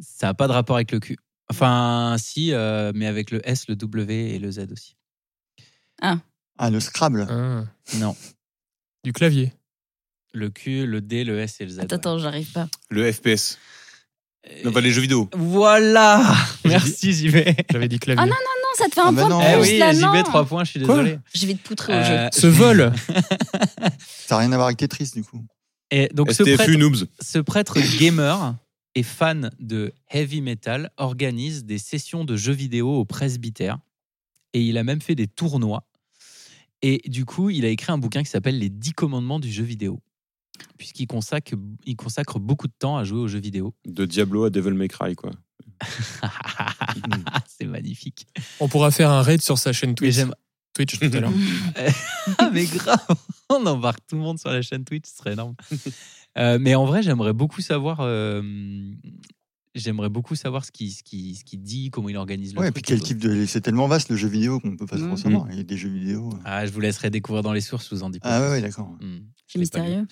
Ça n'a pas de rapport avec le cul. Enfin, si, euh, mais avec le S, le W et le Z aussi.
Ah, le Scrabble.
Ah,
Non.
du clavier.
Le Q, le D, le S et le Z.
Attends, attends, j'arrive pas.
Le FPS.
ouais.
Non, pas les jeux vidéo.
Voilà Merci, j'y vais.
J'avais dit clavier.
Ah non, Non, ça te fait un
Ah bah
point
non.
de
Eh
plus,
oui,
là,
j'y vais,
non.
trois points, je suis
Quoi
désolé.
Je vais te poutrer au jeu.
Euh,
Ce vol
Ça n'a rien à voir avec Tetris, du coup.
et donc, ce prêtre,
STFU Noobs.
ce prêtre gamer et fan de heavy metal organise des sessions de jeux vidéo au presbytère et il a même fait des tournois. Et du coup, il a écrit un bouquin qui s'appelle Les 10 commandements du jeu vidéo, puisqu'il consacre, il consacre beaucoup de temps à jouer aux jeux vidéo.
De Diablo à Devil May Cry, quoi.
Ah, C'est magnifique.
Mm.
On pourra faire un raid sur sa chaîne
Mais
Twitch.
j'aime.
Twitch tout à l'heure.
Ah, mais grave On embarque tout le monde sur la chaîne Twitch, ce serait énorme. Euh, mais en vrai, j'aimerais beaucoup savoir. euh, J'aimerais beaucoup savoir ce qu'il ce qui, ce qui dit, comment il organise le
Ouais, et puis
truc.
quel type de. C'est tellement vaste le jeu vidéo qu'on peut pas
Mm.
trop
Mm-hmm.
savoir. Il y a des jeux vidéo. euh.
Ah, je vous laisserai découvrir dans les sources, je vous en dis pas.
Ah
plus.
ouais, ouais, d'accord.
Hmm.
C'est
Je l'ai pas
mystérieux.
lu.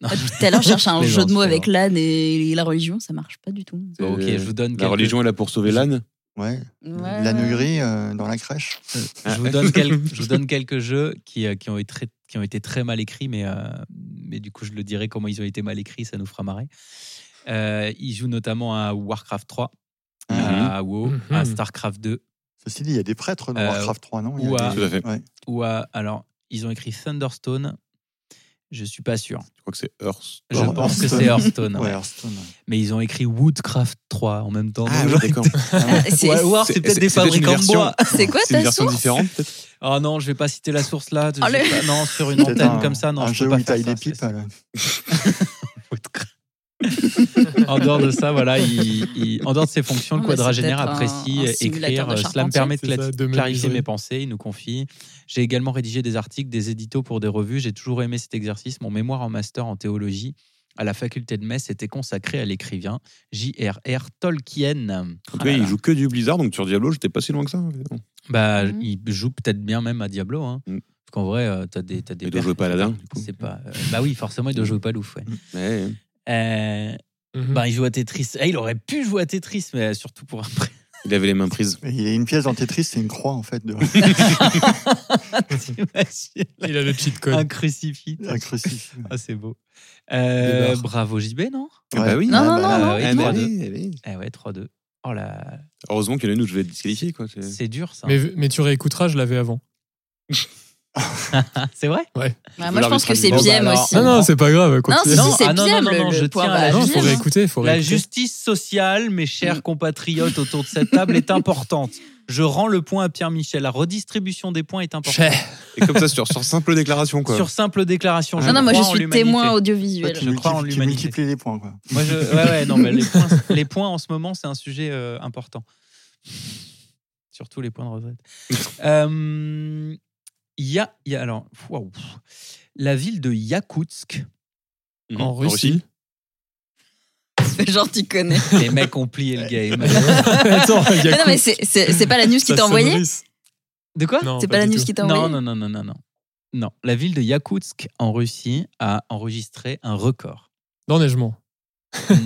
Non.
Ah, Depuis tout à l'heure, je cherche un
Je
jeu de mots
plaisante,
avec
je
l'âne et la religion, ça marche pas du tout.
Bon, ok, je vous donne
Euh, La
quelques-
religion est là pour sauver l'âne.
Ouais.
Ouais,
L'âne
ouais.
gris euh, dans la crèche.
hein.
Je vous donne, quel- je vous donne quelques jeux qui, euh, qui, ont été très, qui ont été très mal écrits, mais, euh, mais du coup, je le dirai comment ils ont été mal écrits, ça nous fera marrer. Euh, il joue notamment à Warcraft 3,
Mhm.
à WoW, à
Mhm.
Starcraft 2,
Ah, Ceci dit, il y a des prêtres dans
Euh,
Warcraft 3, non Il y a
ou
des-
à-
Tout à fait.
Ouais.
ou à. Alors, ils ont écrit Thunderstone. Je suis pas sûr.
Je crois que c'est Earth.
Je
Hearthstone.
pense que c'est Hearthstone.
Ouais,
ouais. Ah,
Hearthstone.
Mais ils ont écrit Woodcraft 3 en même temps. Donc,
oui, d'accord.
Ah, c'est-
Ou alors, c'est
C'est-
peut-être
c'est
des
peut-être une
fabricants de
version-
bois.
C'est quoi
C'est une
ta
version
source
différente, peut-être
Oh non, je vais pas citer la source là. je
Oh, le-
sais pas. Non, sur une
Peut-être
antenne
un-
comme ça, non.
Un
je peux
jeu
pas
où il
faire
taille
ça,
des
c'est-
pipes. là.
en dehors de ça, voilà, il- il- en dehors de ses fonctions, le
Non, mais c'est
quadragénaire
peut-être un-
apprécie
un
écrire.
simulateur de
euh, Cela me
charpentier.
permet de,
C'est ça,
cla-
de menuiserie.
clarifier mes pensées. Il nous confie. J'ai également rédigé des articles, des éditos pour des revues. J'ai toujours aimé cet exercice. Mon mémoire en master en théologie à la faculté de Metz était consacré à l'écrivain J.R.R. Tolkien.
En tout cas, il joue que du Blizzard, donc sur Diablo, j'étais pas si loin que ça.
Bah,
Mhm.
il joue peut-être bien même à Diablo. Hein.
Mhm.
Parce qu'en vrai, euh, t'as des, t'as des.
Il doit
perfs,
jouer pas Aladdin, du coup. Mm.
C'est pas. euh, bah oui, forcément, il doit jouer pas louf. Ouais.
Ouais.
Euh,
Mhm.
bah, il joue à Tetris. Eh, il aurait pu jouer à Tetris, mais surtout pour après.
Il avait les mains prises.
Et Il y a une pièce dans Tetris, c'est une croix en fait, de...
T'imagines
Il a le cheat code.
Un crucifix.
un crucifix.
Ah, c'est beau. Euh,
Des barres.
bravo JB, non
Ouais.
Bah oui.
Non, non,
bah,
non, non.
oui,
Ah, mais
trois,
allez, allez.
Eh ouais, 3-2. Oh là,
Heureusement qu'il y en a une où je vais être disqualifié. Quoi. C'est-
c'est dur ça.
Mais, mais tu réécouteras, je l'avais avant.
Ah, c'est vrai
Ouais, moi, je pense que c'est
Bon, bah,
Biem
alors-
aussi.
Non, non, c'est pas grave. continue.
si,
Ah
Non,
si, c'est
ah, non,
Biem,
non, non, non,
le-
je
le point
tiens
va
à-
à
non,
Non,
Biem,
faut
hein.
réécouter. Faut
La
réécouter.
justice sociale, mes
Mm.
chers compatriotes autour de cette table, est importante. Je rends le point à Pierre Michel. La redistribution des points est importante.
Chais.
Et comme ça, sur, sur simple déclaration, quoi.
Sur simple déclaration. je
Ah Non, non, moi, je
crois en
suis
l'humanité.
témoin
Toi,
audiovisuel.
qui
je crois en
multiplie- qui
l'humanité.
multiplie les points. Quoi.
Moi, je- ouais, ouais, non, mais les, points, les points en ce moment, c'est un sujet euh, important. Surtout les points de retraite. Euh, Il y, a, il y a- alors, waouh. la ville de Yakoutsk.
Mhm.
En Russie.
Genre, tu connais.
Les mecs ont plié le game.
Attends, il y a
Mais non, mais
Kout-
c'est- c'est c'est pas la news qui
ça
t'a envoyé
sonnerise.
De quoi
Non,
C'est pas la
du
news
tout.
qui t'a
non,
envoyé
non, non, non, non, non. Non, la ville de Yakoutsk en Russie a enregistré un record.
D'enneigement.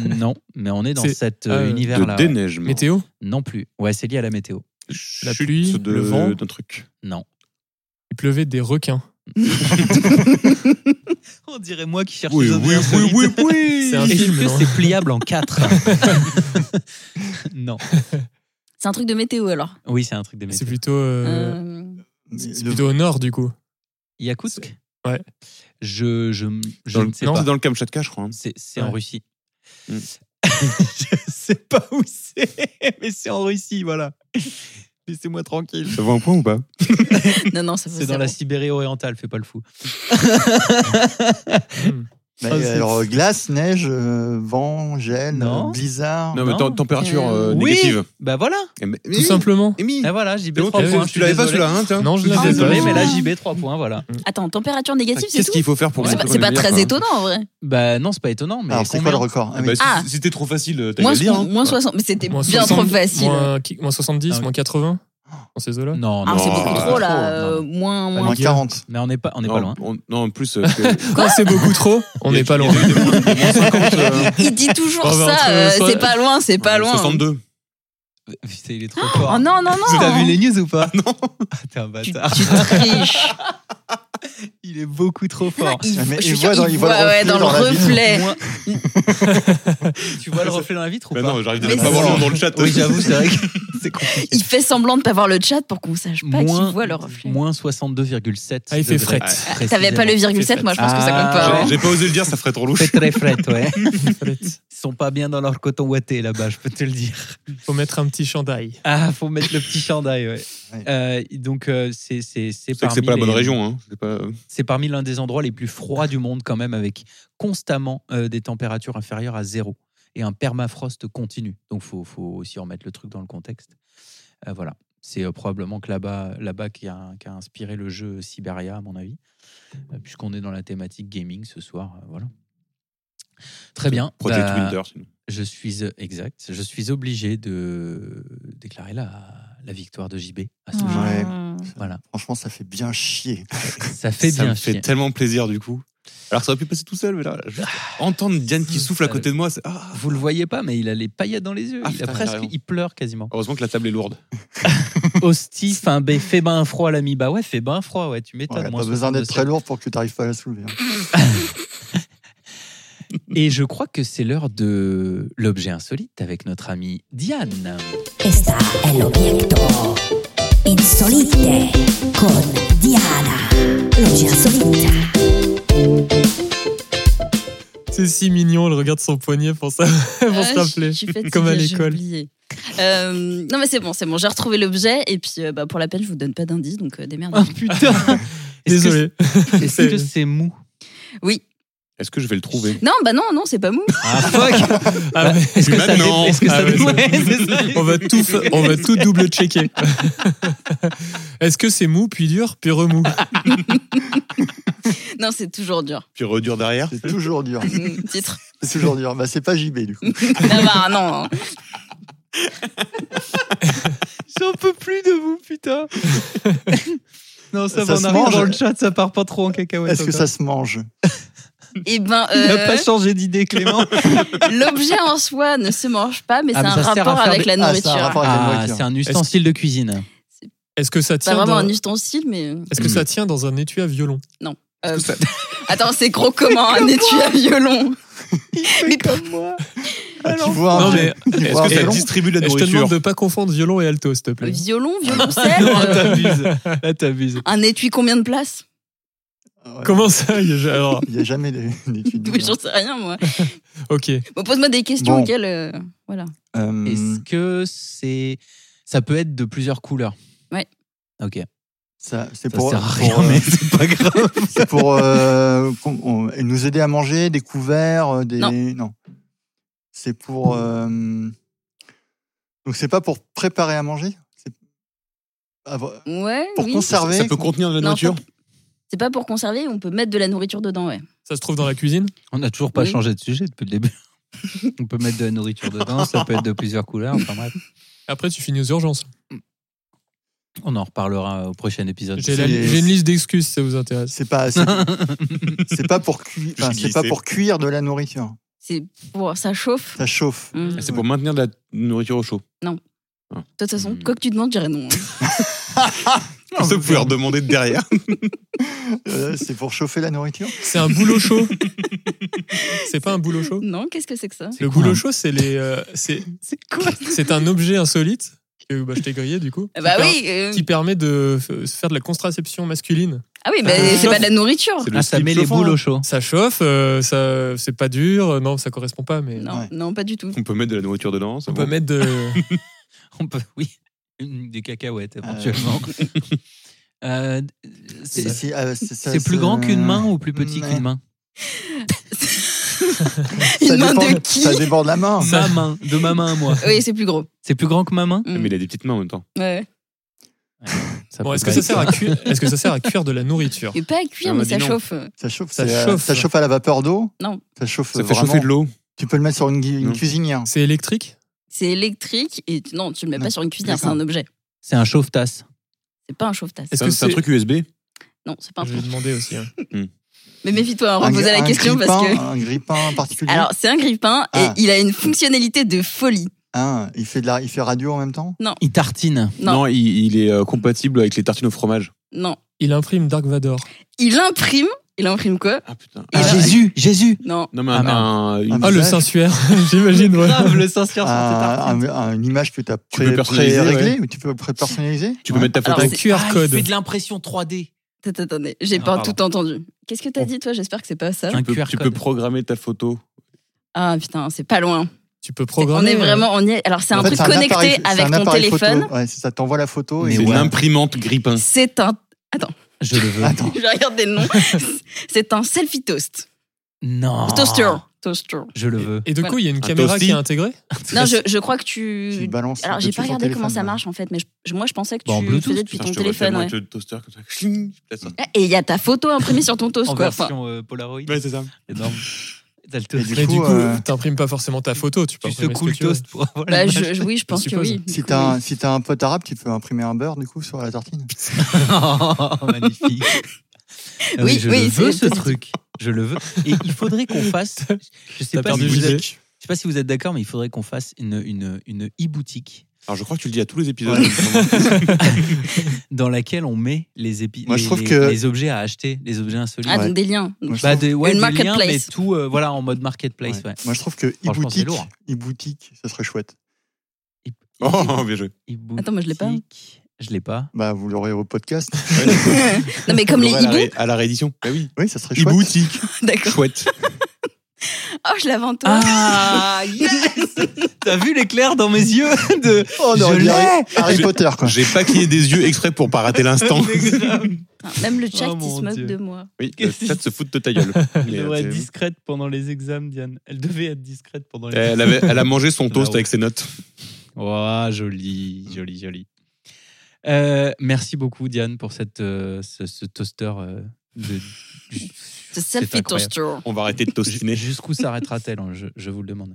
non, mais on est dans
C'est,
cet
euh, de
univers-là.
De déneigement.
Météo
Non plus. Ouais, c'est lié à la météo.
La pluie,
de,
le vent.
D'un truc.
Non.
Il pleuvait des requins.
On dirait moi qui cherche
Oui,
les
oui,
objets
oui, oui,
insolites.
C'est un
Est-ce
film,
que
non
c'est pliable en 4 Non.
C'est un truc de météo alors.
Oui, c'est un truc de
C'est
métier.
plutôt, euh,
Euh,
Mais
c'est
le-
plutôt au nord, du coup.
Yakoutsk
Ouais.
Je, je, je
Dans
ne
le-
sais
non,
pas.
c'est dans le Kamchatka, je crois. hein.
C'est c'est en
Ouais.
Russie.
Mm.
je sais pas où c'est, mais c'est en Russie, voilà. Laissez-moi tranquille.
Ça vaut un point ou pas
Non, non, ça vaut
C'est dans
zéro.
la Sibérie orientale, fais pas le fou.
Hmm.
bah,
Ah, c'est-
alors, glace, neige, euh, vent, gel,
Non.
euh, blizzard.
Non, mais
Non.
tem- température
Euh,
euh,
oui,
négative.
bah voilà.
Eh, mais- mais-
Tout simplement.
Amy,
Et voilà, JB
c'est bon,
3
tu-
points.
tu l'avais pas celui-là, hein, tiens.
Non, je
Je suis
l'avais
Ah,
désolé,
non.
mais là JB 3 points, voilà.
Attends, température négative, c'est
Ah, Qu'est-ce
tout
qu'il faut faire pour
C'est pas, c'est pas
hein
très étonnant en vrai.
Bah non, c'est pas étonnant, mais
Alors, c'est quoi
combien
le record
bah
Ah oui.
Ah.
C'était trop facile, t'as
Moins,
qu'à le dire. hein.
moins 60, mais c'était bien
Moins 60,
trop facile.
Moins, qui- moins 70,
Ah oui.
moins 80. Dans ces eaux-là.
Non,
Ah,
non,
c'est
Non,
beaucoup
pas
trop là.
trop,
euh, moins, moins.
Moins 40.
mais on n'est pas, on n'est pas
Non,
loin.
on- non, en plus, euh, parce que-
Quand c'est beaucoup trop, on
Il y a-
n'est pas
il y
loin.
a eu des moins- des moins 50, euh,
Il dit toujours
Oh, bah,
ça,
entre
euh,
soi-
c'est pas loin, c'est pas loin.
62.
Putain, il est trop fort.
Oh non, non, non.
T'as vu les news ou pas Ah, Non. t'es un bâtard.
Tu triches.
Il est beaucoup trop fort.
Il,
Mais il
je suis
voit
sûre
dans-
qu'il
il voit le reflet
dans,
dans
le
la vitre.
reflet.
Moi- tu vois le reflet dans la vitre ou
Bah
pas
non, j'arrive
Mais
déjà pas à voir
c'est-
le nom dans le chat.
Oui, j'avoue, c'est vrai que c'est compliqué.
Il fait semblant de pas voir le chat pour qu'on sache pas
Moins-
qu'il voit le reflet.
Moins 62,7.
Ah, il fait
degrés,
frette. Ah,
Ah, T'avais pas le virgule 7, moi je pense que ça compte
Ah,
pas. hein.
J'ai- J'ai pas osé le dire, ça ferait trop
précisément.
louche.
Fait très frette, ouais. Ils sont pas bien dans leur coton ouaté là-bas, je peux te le dire.
Faut mettre un petit chandail.
Ah, faut mettre le petit chandail, ouais.
Ouais.
Euh, donc, euh, c'est c'est c'est
C'est que
parmi
c'est pas la bonne
les-
région. Hein. C'est pas-
C'est parmi l'un des endroits les plus froids du monde quand même, avec constamment euh, des températures inférieures à zéro et un permafrost continu. Donc, faut, faut aussi remettre le truc dans le contexte. Euh, voilà. C'est euh, probablement que là-bas, là-bas qui a, qui a inspiré le jeu Siberia, à mon avis, Euh, puisqu'on est dans la thématique gaming ce soir. euh, voilà. Très bien.
Project
Bah,
Winter. sinon.
Je suis euh, exact. Je suis obligé de déclarer la, la victoire de JB. À ce jeu.
Ouais.
Voilà.
Franchement, ça fait bien chier.
Ça fait
ça
bien
me fait
chier.
tellement plaisir du coup. Alors ça aurait pu passer tout seul, mais là, juste entendre Diane qui souffle à côté de moi, c'est ah,
Vous le voyez pas, mais il a les paillettes dans les yeux.
Ah,
il, a
putain,
presque,
carrément.
il pleure quasiment.
heureusement que la table est lourde.
Hostie, fin B, fait ben froid à l'ami. Bah ouais, fait ben froid, ouais, tu
Ouais,
m'étonnes.
T'as
moins
besoin
62.
d'être très lourd pour que tu n'arrives pas à la soulever. hein.
Et je crois que c'est l'heure de l'objet insolite avec notre amie Diane.
Esta è l'obietto insolite con Diana, l'oggi insolita.
C'est si mignon, elle regarde son poignet pour ça, pour
Ah,
se
je-
rappeler.
je suis fatiguée,
Comme à
j'ai
l'école.
oublié. Euh, non mais c'est bon, c'est bon, j'ai retrouvé l'objet et puis euh, bah, pour la peine je vous donne pas d'indice donc euh, démerdez.
Oh putain Est-ce que-
Désolé.
Est-ce que c'est mou
Oui.
Est-ce que je vais le trouver
Non bah non non c'est pas mou.
Ah fuck
Ah, mais-
Est-ce que ça
Maintenant.
dé- est-ce que ça
Ah,
dé-
ouais,
Ouais, c'est ça.
on va tout, fa- on va tout double checker. Est-ce que c'est mou puis dur puis remou
Non c'est toujours dur.
Puis redure derrière.
C'est toujours dur.
Mm, Titre.
C'est toujours dur. Bah, c'est pas JB du coup.
Ah bah non. hein.
J'en peux plus de vous, putain Non, ça, va,
Ça
on
se
arrive
mange.
dans le chat, ça part pas trop en cacahuète.
Est-ce que ça se mange
Et ben
Il n'a
euh,
pas changé d'idée, Clément.
l'objet en soi ne se mange pas mais
Ah,
c'est
mais
un
ça sert à
rapport
faire
avec
des-
ah, ça a
la
un
nourriture.
rapport-
Ah, c'est un ustensile de cuisine.
Est-ce que ça
Pas
tient
Bah, vraiment
dans...
un ustensile mais
Est-ce que ça tient dans un étui à violon
euh, attends c'est gros comment un étui à violon. Mais
Bah, Tu vois un
Non,
violon- tu vois
Est-ce
un
que ça
violon
distribue la
Et Je te
nourriture
demande de pas confondre violon et alto, s'il te plaît.
violon, violoncelle, euh,
t'abuses. Là, t'abuses.
un étui combien de places
Ouais.
Comment ça il y a- Alors,
Il n'y a jamais d'é- d'études.
Oui, j'en sais rien moi.
ok.
Bon, pose-moi des questions
Bon.
auxquelles. euh, voilà.
Euh,
Est-ce que c'est. Ça peut être de plusieurs couleurs
Ouais.
Ok.
ça- C'est
Ça
pour,
sert à
pour,
rien,
euh,
mais c'est pas grave.
c'est pour euh, qu'on- on- et nous aider à manger, des couverts, euh, des.
Non.
C'est pour. euh, Donc, c'est pas pour préparer à manger C'est ah, avoir-
Ouais.
Pour
oui.
conserver.
Ça peut contenir de la
Non,
nourriture
ça- C'est pas pour conserver, on peut mettre de la nourriture dedans, ouais.
Ça se trouve dans la cuisine
On n'a toujours pas
Oui.
changé de sujet depuis le début. On peut mettre de la nourriture dedans, ça peut être de plusieurs couleurs. Enfin bref,
Après, tu finis aux urgences.
on en reparlera au prochain épisode.
J'ai la-
C'est-
j'ai une liste d'excuses si ça vous intéresse.
C'est pas, c'est c'est pas pour cuire.
Je suis
c'est pas
glissé.
pour cuire de la nourriture.
C'est pour ça chauffe.
Ça chauffe.
Mm.
C'est pour maintenir de la nourriture au chaud.
De toute façon,
Mm.
quoi que tu demandes, je dirais non. hein.
Ça, vous pouvez redemander de derrière.
Euh, c'est pour chauffer la nourriture.
C'est un boulot chaud. c'est pas un boulot chaud
non, qu'est-ce que c'est que ça
Le boulot chaud, c'est les. euh, c'est quoi C'est un objet insolite que bah, je t'ai grillé du coup.
Ah Bah
qui per-
oui. euh,
Qui permet de f- faire de la contraception masculine.
Ah oui, bah,
Euh,
c'est pas de la nourriture.
C'est le
Ah, ça
slip
met les
chauffant,
boules
là.
au chaud.
Ça chauffe, euh, ça c'est pas dur, euh, non, ça correspond pas, mais
Non,
Ouais.
non, pas du tout.
hein. On peut mettre de la nourriture dedans. ça
on
va.
peut mettre de.
On peut, oui, Une- des cacahuètes éventuellement. Euh, c'est
c'est euh, c'est- ça- Mm,
c'est plus
ça-
grand qu'une main ou plus petit
Ouais.
qu'une main
Ça
Une main
dépend-
de qui
Ça dépend de la main.
Ma main, de ma main à moi.
Oui, c'est plus gros.
C'est plus grand que ma main
Mm.
Mais il a des petites mains en même temps.
Ouais.
Bon, est-ce que ça sert à cuire Est-ce que ça sert à cuire de la nourriture
Mais pas à cuire,
Ah,
mais
bah,
ça
dis non.
chauffe.
Ça chauffe.
Ça
c'est, euh,
chauffe.
ça chauffe à la vapeur d'eau.
Non.
Ça chauffe.
Ça
euh,
fait
vraiment.
chauffer de l'eau.
Tu peux le mettre sur une, gui- une
Non.
cuisinière.
C'est électrique
C'est électrique et tu- non, tu le mets
Non.
pas sur une cuisinière, c'est
D'accord.
un objet.
C'est un chauffe-tasse.
C'est pas un chauffe-tasse.
Est-ce
C'est
que
un- c'est un
c'est-
truc USB
Non, c'est pas un
Je vais
truc.
demander aussi. hein.
Mais méfie-toi, hein,
Un-
reposer la
un
question parce que.
grippin- Un grippin particulier.
Alors, c'est un grippin et
Ah.
il a une fonctionnalité de folie.
Hein, il fait de la, il fait radio en même temps.
Il tartine.
Non.
il, il est euh, compatible avec les tartines au fromage.
Non.
Il imprime Dark Vador.
Il imprime. Il imprime quoi
Ah putain.
Il a-
Jésus, Jésus.
Non.
Non, mais
Ah,
un,
merde.
un- une-
Ah,
Ah, le
visage.
sensuaire, j'imagine. ouais.
Grave, le Saint-Cyr sur tes
Ah.
Un-
tartines.
Ah, un- un- une image que t'as
peux
pré-
personnaliser,
pré-réglée, ou tu peux pré-personnaliser.
tu peux
Ouais.
mettre ta photo.
Alors,
Un
c'est-
QR
Ah, il
code.
fait de l'impression 3D.
Attends, attendez, j'ai
Ah,
pas
pardon.
tout entendu. Qu'est-ce que t'as dit, toi J'espère que c'est pas ça.
Un
tu peux,
QR
tu peux
code.
programmer ta photo.
Ah putain, c'est pas loin.
Tu peux programmer.
On est
euh,
vraiment, on y est. Alors, c'est un
En fait,
truc
c'est
connecté
appareil- c'est
avec
un
ton
appareil photo. Hum.
téléphone.
Ouais, c'est ça t'envoie la photo.
Mais
et
C'est
ouais.
une imprimante hein. grippin.
C'est un.
Je le veux.
Attends.
Je regarde des noms. c'est un selfie toast.
Non.
Ah.
Toaster. Toaster.
Je le veux.
Et de
Voilà.
quoi il y a une
Un
caméra
toasty.
qui est intégrée
Non, je, je crois que tu.
Tu balances
Hmm. Alors, j'ai
depuis
pas
ton
regardé comment
téléphone,
ça
ouais.
marche en fait, mais je- moi je pensais que
Bah, en
tu le
Bluetooth,
faisais depuis
Putain,
ton
je te vois
téléphone.
tellement
Ouais.
avec le toaster comme ça. Chling, peut-être ça.
Et il y a ta photo imprimée sur ton toast,
En
quoi. Enfin,
version euh, Polaroid.
Ouais, c'est ça.
Énorme. T'as le
Et
toast.
du
Mais du
coup,
coup,
euh,
t'imprimes pas forcément ta photo, tu peux
Tu
imprimer ce
secoues
que
le
tu veux.
toast pour avoir
bah,
l'image.
je- je- oui, je pense que
suppose.
oui.
Si
Du coup,
t'as un,
oui.
si t'as un pote arabe, tu peux imprimer un beurre du coup sur la tartine.
Oh, magnifique. Ah
Oui,
je
oui,
le veux ce
c'est-
truc. Je le veux. Et il faudrait qu'on fasse. Je sais
T'as
pas si
perdu
vous
l'idée.
êtes, je sais pas si vous êtes d'accord, mais il faudrait qu'on fasse une une une e-boutique
Alors, je crois que tu le dis à tous les épisodes.
dans laquelle on met les épi-
Moi, je
les-
trouve
les-
que-
les objets à acheter, les objets insolites.
Ah,
Ouais.
donc des liens.
Moi, je
Bah,
trouve-
des, ouais,
Une
des liens,
marketplace.
mais tout euh, voilà, en mode marketplace.
ouais.
Ouais.
Moi, je trouve que
Franchement, c'est
e-boutique,
lourd.
e-boutique, ça serait chouette.
Oh, bien joué.
Attends, moi, je l'ai pas.
E-boutique, Je l'ai pas.
Bah, vous l'aurez au podcast.
non, mais comme les
Laura, à la
hiboux.
ré- À la réédition. Bah oui.
Oui, ça serait chouette.
E-boutique.
D'accord.
Chouette.
Oh, je l'avais en toi.
Ah yes T'as vu l'éclair dans mes yeux de
Oh, on aurait
Je
dit
l'ai
Harry, Harry
Je-
Potter, quoi.
J'ai pas cligné des yeux exprès pour pas rater l'instant.
Putain, Même le chat,
Oh,
il
mon
se moque
Dieu.
de moi.
Oui, le chat se fout de ta gueule.
Elle
Mais, euh,
devrait être
c'est-
discrète pendant les examens, Diane. Elle devait être discrète pendant les
Elle, avait- elle a mangé son toast avec ses notes.
Oh, joli, joli, joli. Euh, merci beaucoup, Diane, pour cette, euh, ce, ce toaster. euh, de... du-
C'est
C'est
selfie
incroyable.
toaster.
On va arrêter de
Ju-
toastiner.
Jusqu'où s'arrêtera-t-elle hein, je, je vous le demande.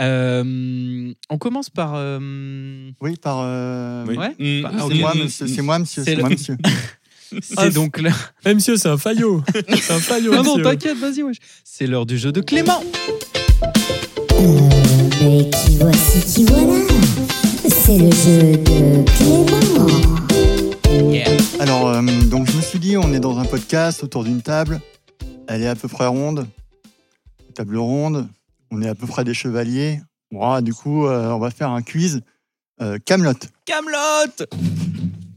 Euh, on commence par. euh,
Oui, par. euh,
Oui.
Ouais.
Mm.
Bah,
C'est
Ah, ok.
moi, monsieur. C'est moi, monsieur.
C'est
C'est
le-
moi, monsieur.
Ah,
c'est donc l'heure.
Eh, monsieur, c'est un faillot. C'est un faillot.
Ah non,
monsieur.
t'inquiète, vas-y, wesh. C'est l'heure du jeu de Clément.
Mais qui voici, qui voilà C'est le jeu de Clément.
Alors, euh, donc je me suis dit, on est dans un podcast autour d'une table. Elle est à peu près ronde. Table ronde. On est à peu près des chevaliers. Ouah, du coup, euh, on va faire un quiz euh, Camelot.
Camelot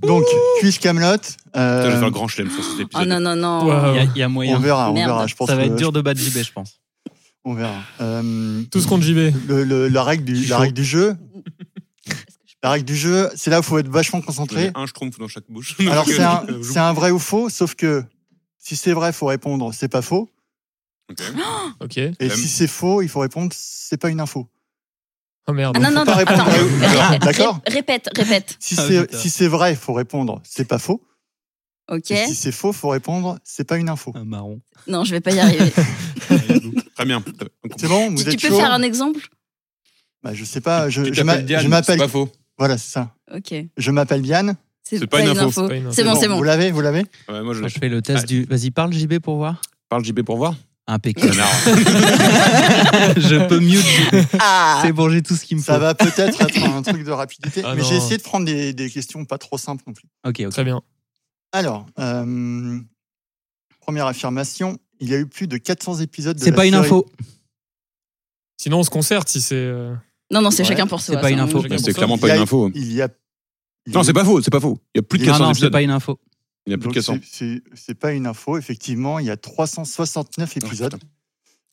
donc, quiz Camelot. euh,
Putain, je vais faire le grand chelem sur cet épisode.
Oh non, non, non.
Ouais.
Il y a- il y, a
Ah on
moyen.
verra, on
Merde.
verra. Je pense
Ça va
que-
être dur de battre JB, je pense.
On verra. Euh,
Tout ce qu'on JB.
le- le- la règle du, la
Chaud.
règle du jeu.
Est-ce que je
La règle du jeu, c'est là où il faut être vachement
J'en ai
concentré.
Un schtroumpf dans chaque bouche.
Alors,
Donc,
c'est un,
euh, je-
c'est un vrai ou faux, sauf que si c'est vrai, il faut répondre c'est pas faux.
Ok.
Ok.
Et
Même.
si c'est faux, il faut répondre c'est pas une info.
Oh merde.
Ah non, non,
pas
non,
répondre
attends.
à eux.
Ré-
D'accord.
ré- Répète, répète.
Si
Ah,
c'est
putain.
si c'est vrai, il faut répondre c'est pas faux.
Ok.
Et si c'est faux, il faut répondre c'est pas une info.
Un marron.
Non, je vais pas y arriver.
Très bien.
C'est bon, vous
Tu,
êtes
tu peux
chaud
faire un exemple
Bah, Je sais pas, je,
Tu
je
t'appelles
m'a-
Diane,
je
C'est
m'appelle.
pas faux.
Voilà, c'est ça.
Ok.
Je m'appelle Diane.
C'est pas, une info.
pas une info.
C'est bon, c'est bon.
Vous l'avez, vous l'avez
Ouais, moi, je
Moi,
l'ai.
je fais le test
Ah.
du. Vas-y, parle JB pour voir.
parle JB pour voir.
Impeccable.
Connard.
je peux mute JB.
Ah
C'est bon, j'ai tout ce qu'il me
Ça
faut.
va peut-être être un truc de rapidité,
Ah
mais
non.
j'ai essayé de prendre des, des questions pas trop simples non plus.
Ok, ok.
Très bien.
Alors, euh, première affirmation, il y a eu plus de 400 épisodes de
C'est
la
pas une
série.
info.
Sinon, on se concerte si c'est. euh,
Non, non, c'est
Ouais.
chacun pour soi.
C'est pas
ça,
une
on-
info.
chacun
C'est
pour
clairement
soi.
Il y
pas
a-
une info.
Il y a il y
Non,
a-
c'est pas faux. C'est pas faux. Il y a plus de
Non,
400
non, c'est
épisodes.
pas une info.
Il y a plus
Donc,
de 400.
c'est- C'est c'est pas une info, effectivement, il y a 369
Ah,
épisodes.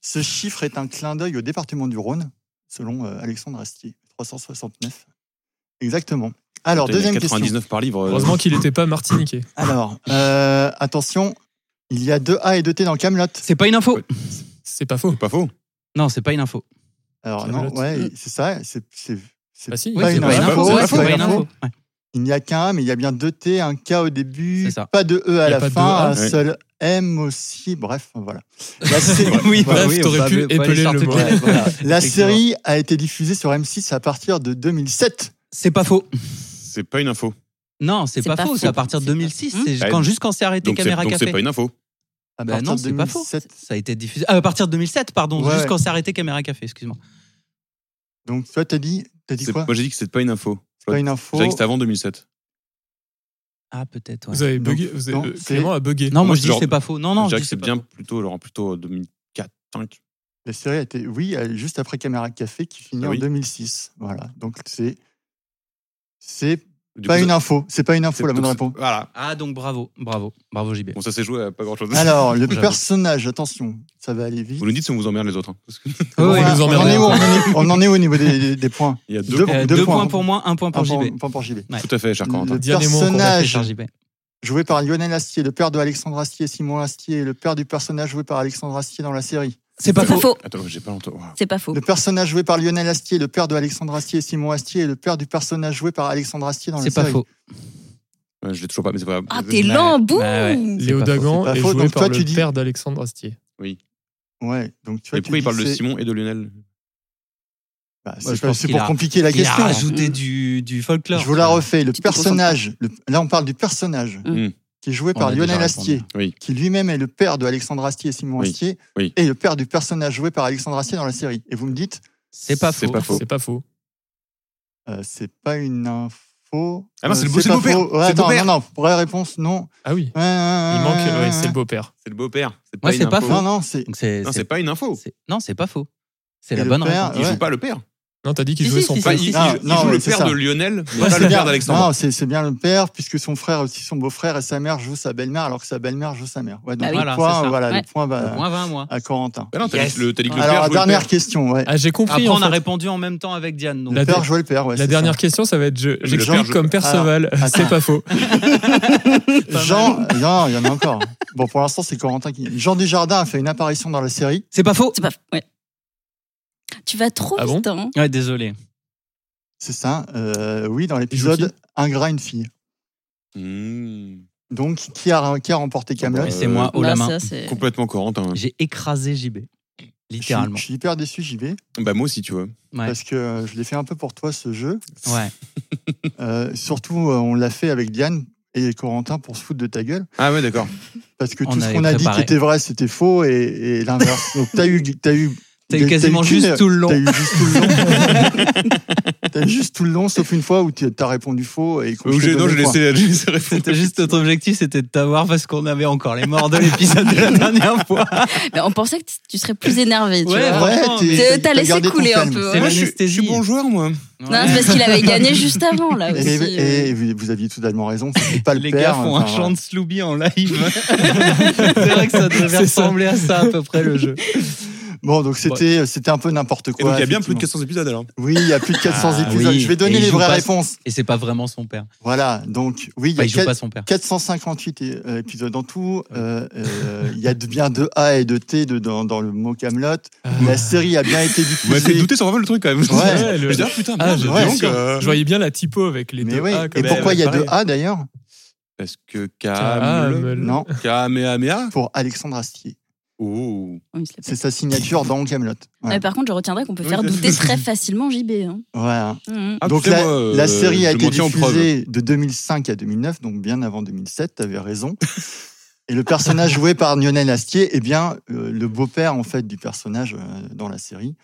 Ce chiffre est un clin d'œil au département du Rhône, selon euh, Alexandre Astier. 369. Exactement. Alors,
Putain, il y a
deuxième question.
99 par livre. euh,
Heureusement qu'il n'était pas martiniquais.
Alors, euh, attention, il y a deux A et deux T dans Camelot.
C'est pas une info.
Ouais.
C'est pas faux.
C'est pas faux.
Non, c'est pas une info.
Alors, non,
Kaamelott.
ouais, c'est ça, c'est c'est- c'est
Bah si.
Pas
Ouais,
une
c'est pas une
info,
info.
c'est
ouais,
pas
C'est
une
pas une
info.
info. Ouais.
Il n'y a qu'un, mais il y a bien deux T, un K au début,
C'est ça.
pas de E
Il y
à
a
la
pas de
fin,
E,
un
ouais.
seul M aussi. Bref, voilà. Bah, La, sé-
Oui,
Bref,
t'aurais
on va-
pu
on va
épeler
aller
le
sortir
mot.
toutes les lettres. Voilà. Effectivement.
la série a été diffusée sur M6 à partir de 2007.
C'est pas faux.
C'est pas une info.
Non, c'est pas, faux. C'est à partir de
C'est pas-
2006.
Hmm
C'est
Ouais.
quand jusqu'en s'est arrêté
Donc c'est
Caméra
donc c'est
Café.
pas une info.
À
Bah
partir
non,
de
c'est pas faux.
2007.
Ça a été diffusé. Ah, à partir de 2007, pardon.
Ouais.
Jusqu'en s'est arrêté Caméra Café, excuse-moi.
Donc toi, t'as dit, t'as dit
C'est-
quoi
Moi j'ai dit que c'est pas une info.
C'est pas une info.
J'ai dit que c'était avant 2007.
Ah, peut-être. ouais.
Vous avez
Donc,
bugué. Vous avez-
non,
euh,
c'est-
Clément a bugué.
Non,
Moi,
moi je
c'est
dis
genre-
c'est pas faux. Non, non,
je
je
dirais
dis
que c'est
pas
bien
faux.
plutôt, Laurent, plutôt 2004, 5.
La série a été, oui, elle- juste après Caméra Café qui finit
Ah
en
oui.
2006. Voilà. Donc c'est, c'est
Du
pas
coup,
une
ça-
info. C'est pas une info
c'est-
la bonne
donc,
réponse.
Voilà.
Ah, donc bravo, bravo, bravo JB.
Bon, ça s'est joué à pas grand chose.
Alors, le
J'avoue.
personnage, attention, ça va aller vite.
Vous nous dites si on vous emmerde les autres. hein, parce que-
Ouais,
Bon,
ouais.
voilà,
nous
on, en
emmerdez.
est où, on en est- on en est où au niveau des, des- des points
Il y a deux,
Deux-
points.
Euh,
deux
deux
points.
points pour moi, un point pour
Un point-
JB.
point pour JB.
Tout à fait, cher Corentin.
Le
Diane et moi, on compte
personnage
Cher JB.
joué par Lionel Astier, le père de Alexandre Astier, Simon Astier, le père du personnage joué par Alexandre Astier dans la série.
C'est pas,
C'est pas faux.
Attends, j'ai pas longtemps.
C'est pas faux.
Le personnage joué par Lionel Astier, le père de Alexandre Astier et Simon Astier, est le père du personnage joué par Alexandre Astier dans la
C'est pas
série.
faux.
Ouais, je l'ai toujours pas, mais c'est pas grave.
Ah, t'es lent, boum
Bah ouais, c'est
Léo
pas faux,
Dagan
c'est pas
est
faux,
joué
donc
par
toi,
le
tu dis-
père d'Alexandre Astier.
Ouais, donc tu vois,
Et
tu
pourquoi
dis
il parle de
c'est-
Simon et de Lionel
Bah, c'est
Moi, je
pas-
pense
c'est
qu'il
pour
a-
compliquer la
Il a
question.
rajouté du, du folklore.
Je vous la refais. Le
Petit peu
personnage, le- là on parle du personnage
Mm.
qui est joué
On
par
a déjà
Lionel
répondu.
Astier,
Oui.
qui lui-même est le père de Alexandre Astier et Simon
Oui.
Astier,
Oui.
et le père du personnage joué par Alexandre Astier dans la série. Et vous me dites,
C'est pas
C'est
faux.
pas faux.
C'est pas faux.
euh, c'est pas une info.
Ah non,
Euh,
c'est le beau- c'est
pas
le beau-père.
faux. Ouais,
C'est le
attends,
beau-père.
non, non, vraie réponse, non.
Ah oui.
Ouais, ouais, ouais,
Il
ouais,
manque. euh,
ouais,
ouais, c'est
ouais.
le beau-père.
C'est le beau-père. C'est
Moi,
une
c'est pas
info.
faux.
Non, non, c'est.
Donc c'est-
Non,
c'est-
c'est pas une info.
c'est- ah Non, c'est pas faux. C'est
Et
la
le
bonne
père,
réponse.
Il
ouais.
joue pas le père.
Non, t'as dit qu'il
Si,
jouait
si,
son
si,
père.
Enfin,
si,
il,
si.
Ah,
il joue, il
non,
joue
oui,
le
c'est
père
ça.
de Lionel, mais
Ouais,
pas
c'est
le
bien.
père d'Alexandre.
Non, c'est c'est bien le père, puisque son frère, aussi son beau-frère et sa mère jouent sa belle-mère, alors que sa belle-mère joue sa mère. Ouais, donc
Bah
le
oui.
Voilà, c'est
point,
ça.
voilà,
Ouais.
le point va
Moins 20, moi.
à Corentin.
Ah non, t'as
Yes.
dit le- t'as dit que le
Alors,
père
la
joue le
dernière
père.
question, ouais.
Ah, j'ai compris.
Après,
en
on a
fait.
répondu en même temps avec Diane. donc- euh,
La
Le père jouait le père, ouais.
La
c'est
dernière question, ça va être je-
le
j'explique
père-
comme Perceval. C'est pas faux.
ça. Jean, non, il y en a encore. Bon, pour l'instant, c'est Corentin qui. Jean Desjardins a fait une apparition dans la série.
C'est pas faux.
C'est pas faux. Ouais. Tu vas trop
Ah bon
vite, hein.
Ouais, désolé.
C'est ça. euh, oui, dans
Il joue
l'épisode Un gras, une fille.
Mmh.
Donc, qui a, qui a remporté Camelot
Et c'est moi, haut Oh la
Non,
main.
bah, ça, c'est-
Complètement Corentin.
J'ai écrasé JB.
je suis, je
Littéralement.
suis hyper déçu, j'y vais,
Bah, moi aussi, tu vois.
Ouais.
parce que euh, je l'ai fait un peu pour toi ce jeu.
ouais.
Euh, surtout, euh, on l'a fait avec Diane et Corentin pour se foutre de ta gueule,
Ah, ouais, d'accord.
parce que
On
tout ce
avait
qu'on a dit
préparé.
qui était vrai, c'était faux et, et l'inverse. Donc, t'as eu, t'as eu,
T'as eu quasiment
qu'une-
juste tout le
T'as
long.
eu juste tout le long. T'as eu juste tout le long, sauf une fois où tu- t'as répondu faux et qu'on
Ou
je t'ai
j'ai- non,
donné
j'ai
le point.
laissé j'ai laissé répondre.
C'était juste notre objectif, c'était de t'avoir parce qu'on avait encore les morts de l'épisode de la dernière fois.
Mais on pensait que t- tu serais plus énervé, tu
Ouais,
vois.
Ouais,
Franchement,
t'es-
T'as- T'as laissé
gardé ton
couler un
calme.
peu.
C'est
hein.
Moi,
vrai.
je, suis- je suis bon joueur, moi.
Non, c'est parce qu'il avait gagné juste avant, là
Et,
aussi. euh.
et- et vous, vous aviez totalement raison, c'est pas le
Les
père.
gars font un
enfin,
chant de Slooby en live. c'est vrai que ça devait
C'est ça.
ressembler à ça à peu près le jeu.
Bon, donc c'était c'était un peu n'importe quoi.
Et donc, il y a bien plus de
effectivement.
400 épisodes alors.
Oui, il y a plus de 400
Ah,
épisodes.
oui.
Je vais donner
Et il
les
joue
vraies
pas-
réponses.
Et c'est pas vraiment son père.
Voilà, donc oui, il y
Enfin,
a
il joue
quatre-
pas son père.
458 é- euh, épisodes en tout. Euh, euh, Il y a de- bien de A et de T de- dans, dans le mot Camelot.
Ah.
La série a bien été
Vous m'avez fait
diffusée.
douter sur pas mal le truc quand même.
Ouais.
le-
Je me dis, ah putain,
Ah,
merde,
j'ai-
ouais,
dis donc,
sûr.
euh,
Je voyais bien la typo avec les
Mais
deux
oui.
A.
Et
comme-
mais
pourquoi il y a
pareil.
de A d'ailleurs
Parce que
Ah,
Kamel.
Euh,
me-
Non,
ah.
Kamehameha.
pour Alexandre Astier.
Oh.
Oui, il se l'a pas
C'est sa signature dans Camelot.
Ouais, par contre, je retiendrai qu'on peut
Oui,
faire
ça,
douter
c'est-
très facilement JB. hein. Mhm.
Ah,
donc
putain,
la,
moi, euh,
la série a
je
été
m'en tiens aux preuves.
diffusée de 2005 à 2009, donc bien avant 2007, t'avais raison. Et le personnage joué par Lionel Astier est bien euh, le beau-père en fait du personnage euh, dans la série.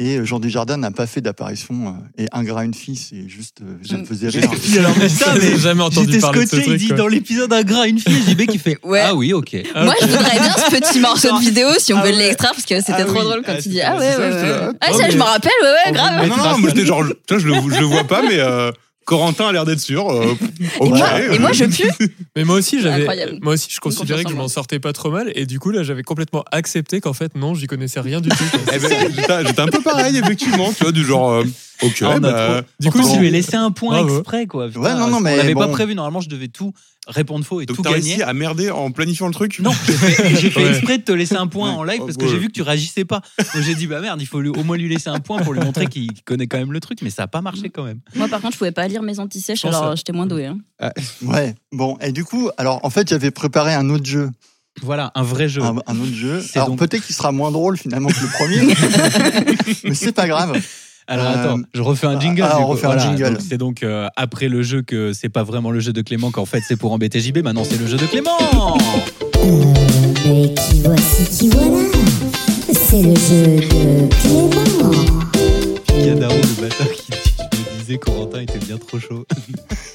Et euh, Jean Desjardins n'a pas fait d'apparition. euh, et un gras, une fille, c'est juste, euh,
Mm,
ça me faisait rire.
Puis alors, mais ça,
mais
j'ai jamais entendu
J'étais
parler de ce
scotché, il
truc.
dit
quoi.
dans l'épisode un gras, une fille, JB qui fait
Ouais.
Ah oui, ok.
Moi, je voudrais bien ce petit morceau de vidéo si on
Ah
peut
ouais.
l'extraire parce que c'était
Ah
trop
oui.
drôle quand
Ah,
tu dis
c'était-
Ah ouais,
c'est ça,
ouais,
j'étais là,
ouais.
hop,
Ah,
hop,
ça, je
mais-
me rappelle, ouais, ouais, Eh, grave.
Ah,
Non, non, non, moi j'étais genre. Putain, je le, je le vois pas, mais. euh, Corentin a l'air d'être sûr. euh,
Et
ok.
moi, et moi, je pue.
Mais moi aussi, j'avais,
Incroyable.
moi aussi, je
Une
considérais que
confiance
je
en
m'en
moi.
sortais pas trop mal, et du coup là, j'avais complètement accepté qu'en fait non, j'y connaissais rien du tout. quoi.
Eh ben, j'étais j'étais un peu pareil, effectivement, tu vois, du genre. euh, ok,
Ah, on a
bah,
Du coup,
Pourtant,
si-
je lui ai laissé un point
Bravo.
exprès, quoi. Putain,
Ouais, non, non,
on
mais
l'avait pas
bon.
prévu. Normalement, je devais tout répondre faux et
donc
tout
t'as
gagner.
réussi à merder en planifiant le truc
Non, j'ai fait, j'ai fait
Ouais.
exprès de te laisser un point en live
Oh,
parce que
ouais.
j'ai vu que tu réagissais pas. Donc j'ai dit, bah merde, il faut lui- au moins lui laisser un point pour lui montrer qu'il connaît quand même le truc, mais ça a pas marché quand même.
Moi, par contre, je pouvais pas lire mes antisèches,
Je pense
alors
ça.
j'étais moins doué. hein.
Ouais. Bon, et du coup, alors en fait, j'avais préparé un autre jeu.
Voilà, un vrai jeu.
Un, un autre jeu.
C'est
Alors
donc-
peut-être qu'il sera moins drôle finalement que le premier, mais c'est pas grave.
Alors
Euh,
attends, je refais un jingle.
ah,
du
on
coup.
refait un jingle.
donc C'est donc euh, après le jeu que c'est pas vraiment le jeu de Clément, qu'en fait c'est pour embêter JB. Maintenant c'est le jeu de Clément.
Euh, mais qui voici, qui voilà C'est le jeu de Clément.
Cadaro, le bâtard qui dit, je me disais, Corentin était bien trop chaud.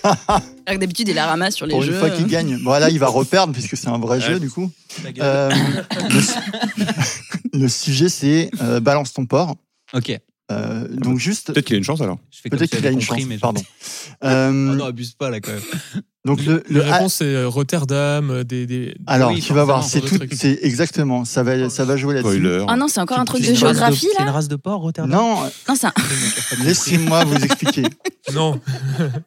Alors que d'habitude, il la ramasse sur les
Pour une
jeux.
fois qu'il
euh.
gagne. Bon, là, il va reperdre puisque c'est un vrai jeu du coup.
Ta gueule.
Euh, le, su- le sujet, c'est euh, balance ton porc.
ok,
Euh, donc juste,
Peut-être qu'il a une chance alors.
je fais comme
peut-être
si
qu'il a
j'avais
une
compris,
chance.
mais je-
Pardon.
Ah
Euh,
non, abuse pas là quand même.
donc le,
la
le A-
réponse c'est euh, Rotterdam, euh, des, des-
alors
oui,
tu vas voir, c'est
forcément,
tout,
genre de trucs.
c'est exactement. Ça va, ça va jouer
oh,
là-dessus.
Spoiler.
Ah non, c'est encore un truc de
une race
géographie,
C'est une
là
race de porc, Rotterdam.
Non,
Non, c'est un.
laissez-moi vous expliquer.
Non,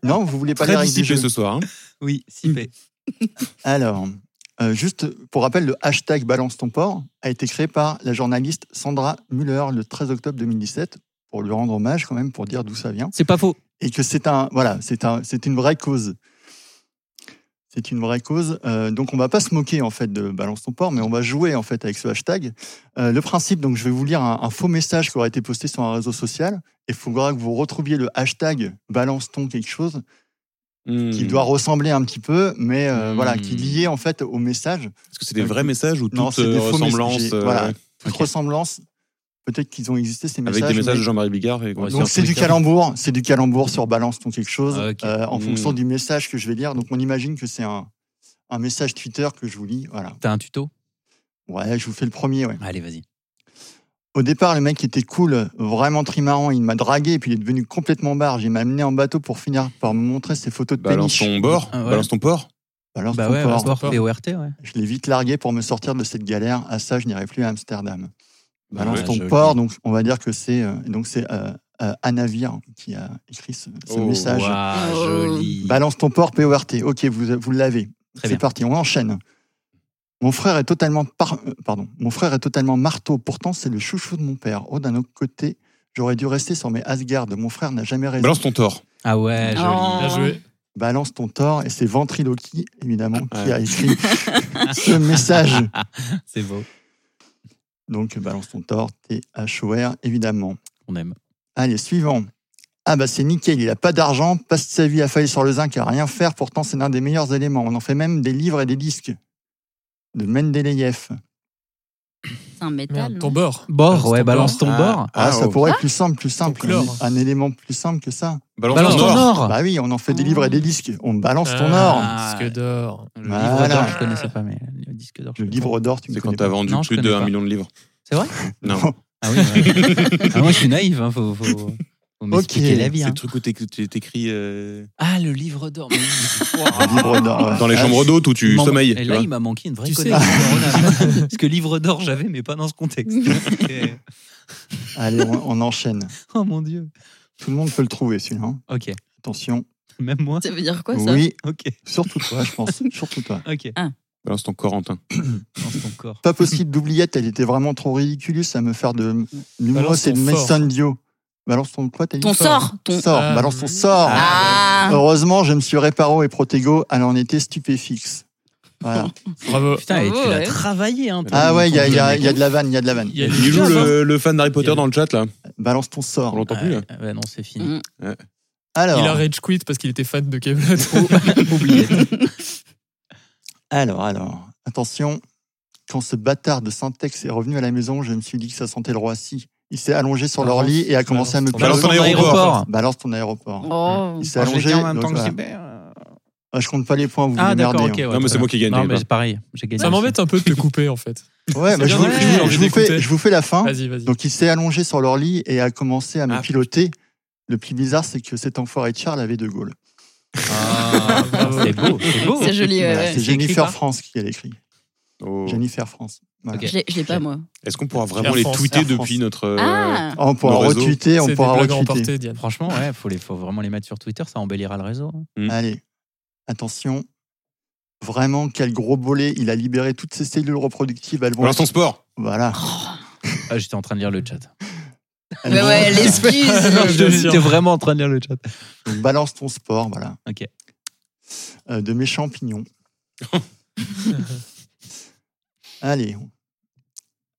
Non, vous voulez pas les
Très
règles du
dissipé
jeu.
ce soir. hein.
Oui, si fait.
Alors, Euh, juste pour rappel, le hashtag Balance ton port a été créé par la journaliste Sandra Muller le 13 octobre 2017 pour lui rendre hommage quand même, pour dire d'où ça vient.
C'est pas faux.
Et que c'est un, voilà, c'est un, c'est une vraie cause. C'est une vraie cause. Euh, donc on va pas se moquer en fait de Balance ton port, mais on va jouer en fait avec ce hashtag. Euh, le principe, donc je vais vous lire un, un faux message qui aura été posté sur un réseau social. Il faudra que vous retrouviez le hashtag Balance ton quelque chose
Mhm.
qui doit ressembler un petit peu, mais euh,
Hmm.
voilà, qui est lié en fait au message.
Est-ce que c'est des
Donc,
vrais messages ou toute
Non, c'est des
euh,
faux
ressemblance
messages.
euh,
Voilà, toute ressemblance. Peut-être qu'ils ont existé ces messages.
Avec des messages
mais-
de Jean-Marie Bigard et
Donc c'est du calembour, c'est du calembour sur balance ton quelque chose
Ah, ok.
euh, en
Mmh.
Hmm.
fonction du message que je vais lire. Donc on imagine que c'est un, un message Twitter que je vous lis. Voilà.
T'as un tuto
Ouais, je vous fais le premier. Ouais.
Allez, vas-y.
Au départ, le mec était cool, vraiment trimarrant. Il m'a dragué et puis il est devenu complètement barge. Il m'a amené en bateau pour finir par me montrer ses photos de
Balance
péniche.
ton bord,
Ah ouais.
balance ton port.
Balance
Bah
ton
ouais,
port.
Balance ton port, PORT, ouais.
Je l'ai vite largué pour me sortir de cette galère. À ça, je n'irai plus à Amsterdam.
Bah
Balance
ouais,
ton
joli.
port, donc on va dire que c'est euh, donc c'est euh, euh, Anna Vire qui a écrit ce, ce
Oh,
message.
waouh, joli.
Balance ton port, PORT. Ok, vous, vous l'avez.
Très
C'est
bien.
parti, on enchaîne. Mon frère est totalement par- euh, pardon. Mon frère est totalement marteau. Pourtant, c'est le chouchou de mon père. Oh, d'un autre côté, j'aurais dû rester sur mes Asgard. Mon frère n'a jamais raison.
Balance ton tort.
Ah ouais, joli.
Bien joué.
Balance ton tort et c'est Ventriloquie, évidemment, qui a écrit ce message.
C'est beau.
Donc, balance ton tort, T-H-O-R, évidemment.
On aime.
Allez, suivant. Ah bah c'est nickel, il a pas d'argent, passe sa vie à faillir sur le zinc, à rien faire, pourtant c'est l'un des meilleurs éléments. On en fait même des livres et des disques. De Mendeleïev.
C'est un métal. non
ton bord.
Bord, ouais,
ton
balance ton
Ah.
bord.
Ah,
Ah,
ça
oh.
pourrait être plus simple, plus simple.
Ton chlore.
Un élément plus simple que ça.
Balance,
Balance
ton
ton
or.
or.
Bah oui, on en fait des livres et des disques. On balance ton or.
Ah.
Disque d'or.
Le
Bah, Voilà.
livre d'or, je connaissais pas, mais le disque d'or. je
Le
connais.
livre d'or, tu me
C'est quand
connais
t'as
pas.
vendu
Non, je
plus de
connais
1
pas.
million de livres.
C'est vrai
Non.
Ah oui, ouais. Ah, moi je suis naïf, hein, faut, faut, faut m'expliquer la vie.
C'est
hein.
le truc où t'éc- tu t'écris euh,
Ah, le livre d'or. mais-
Le livre d'or. ouais.
dans les
Ah,
chambres d'hôte où
Il
tu
m'en-
sommeilles.
Et
tu
là,
vois.
il m'a manqué une vraie
Tu sais.
connexion. neuronale. Parce que livre d'or, j'avais, mais pas dans ce contexte. Et-
Allez, on, on enchaîne.
oh mon dieu.
Tout le monde peut le trouver celui-là. hein.
Ok,
Attention.
même moi.
Ça veut dire quoi ça
Oui,
Ok,
surtout toi, je pense. Surtout toi.
ok.
Balance ton Corentin.
Dans ton corps.
Pas possible d'oubliette, elle était vraiment trop ridiculus à me faire de l'humour,
Balance
c'est de
ton fort.
Mason Dio. Balance ton quoi, t'as dit
Ton sort. Ton...
Sort,
Ah.
balance ton sort.
Ah,
Heureusement, je me suis réparo et protégo, elle en était stupéfixe. Voilà.
Bravo.
Putain, et tu
Bravo,
l'as
ouais.
travaillé. Hein, ton-
Ah ouais, il y a,
ton-
il y a- il y a de la vanne, il y a de la vanne.
Il y a
Il
des
joue
gens-
hein.
le, le fan d'Harry Potter dans le chat là.
Balance ton
On
sort.
l'entend
Ah
plus là.
ouais, ouais, non, c'est fini.
Alors,
Il a rage quit parce qu'il était fan de Kevin.
Oublié.
alors, alors, attention. Quand ce bâtard de Syntex est revenu à la maison, je me suis dit que ça sentait le Roissy. Il s'est allongé sur leur lit et a commencé à me
ton-
Balance ton
parler.
aéroport.
Balance ton aéroport.
Oh.
Il s'est allongé. donc voilà. Ah, Je compte pas les points, vous
Ah
vous
d'accord,
merdez,
ok.
hein.
ouais,
Non, mais
très
c'est
bien.
moi qui ai gagné,
Non, mais
pas.
c'est pareil, j'ai gagné.
Ça m'embête un peu de te couper en fait.
Ouais, bah,
C'est
je,
bien,
vous,
ouais,
je vous-
j'ai envie
je vous fais,
d'écouter.
je vous fais la fin.
Vas-y, vas-y.
Donc, il s'est allongé sur leur lit et a commencé à me
Ah.
piloter. Le plus bizarre, c'est que cet enfoiré de Charles avait De Gaulle.
Ah, c'est beau, c'est beau.
C'est joli, ouais,
Voilà,
ouais.
c'est
C'est écrit
Jennifer
par-
France qui l'a écrit.
Oh.
Jennifer France. Voilà.
Ok.
Je l'ai- je l'ai pas moi.
Est-ce qu'on pourra vraiment les
France,
tweeter
Air France.
depuis notre. euh,
Ah
Ah, on pourra
Le réseau.
retweeter,
C'est
on
des
pourra
blagues
retweeter.
emportées, Diane.
Franchement, ouais, faut, les, faut vraiment les mettre sur Twitter, ça embellira le réseau. hein.
Mm.
Allez, attention. Vraiment, quel gros bolet. Il a libéré toutes ses cellules reproductives. Elles vont
Balance ton sport.
Voilà.
Ah, j'étais en train de lire le chat.
Elles
Mais
vont-
Oh. ouais, l'excuse.
bien sûr.
j'étais vraiment en train de lire le chat.
Donc, balance ton sport, voilà.
Ok.
Euh, de mes champignons. Allez.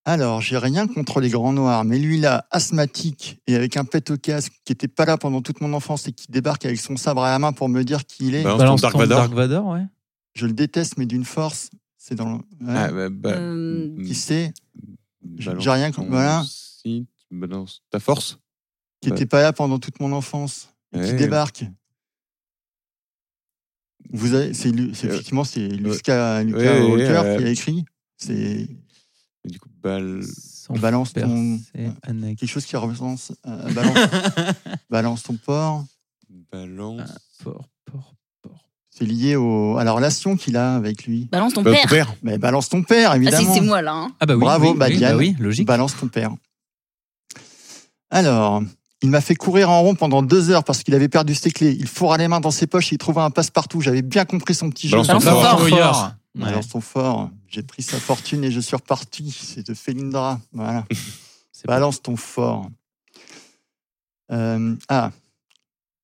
Alors, j'ai rien contre les grands noirs, mais lui là, asthmatique et avec un pet au casque qui était pas là pendant toute mon enfance et qui débarque avec son sabre à la main pour me dire qui il est,
Balance,
Balance
ton Dark
ton
Vador.
Dark Vador, ouais.
je le déteste, mais d'une force. C'est dans le. Ouais.
Ah, bah, bah,
Euh,
Qui c'est
balance
j'ai rien
ton
contre- voilà.
site, Balance ta force.
Qui
Ouais.
était pas là pendant toute mon enfance. qui
Ouais.
débarque. Vous avez, c'est, Lu- c'est-
Euh,
effectivement c'est
ouais.
Lucas, Lucas
Ouais, ouais,
Walker
ouais.
qui a écrit. C'est
Et Du coup, bal-
Sans
balance
faire,
ton
c'est Anakin.
quelque chose qui ressemble à balance, balance ton porc.
balance.
Por- por-
C'est lié au, à la relation qu'il a avec lui.
Balance ton
Bah, ton
père.
père.
Mais balance ton père
Ah, c'est
évidemment.
c'est moi là. hein.
Ah bah oui,
Bravo,
oui,
bah,
oui,
Diane.
oui, logique.
Balance ton père. Alors, il m'a fait courir en rond pendant deux heures parce qu'il avait perdu ses clés. Il fourra les mains dans ses poches et il trouva un passe-partout. J'avais bien compris son petit jeu.
Balance ton
Balance ton
fort.
fort.
Fort.
Alors Alors sont fort. J'ai pris sa fortune et je suis reparti. C'est de Felindra. Voilà. Balance ton fort. Euh, ah,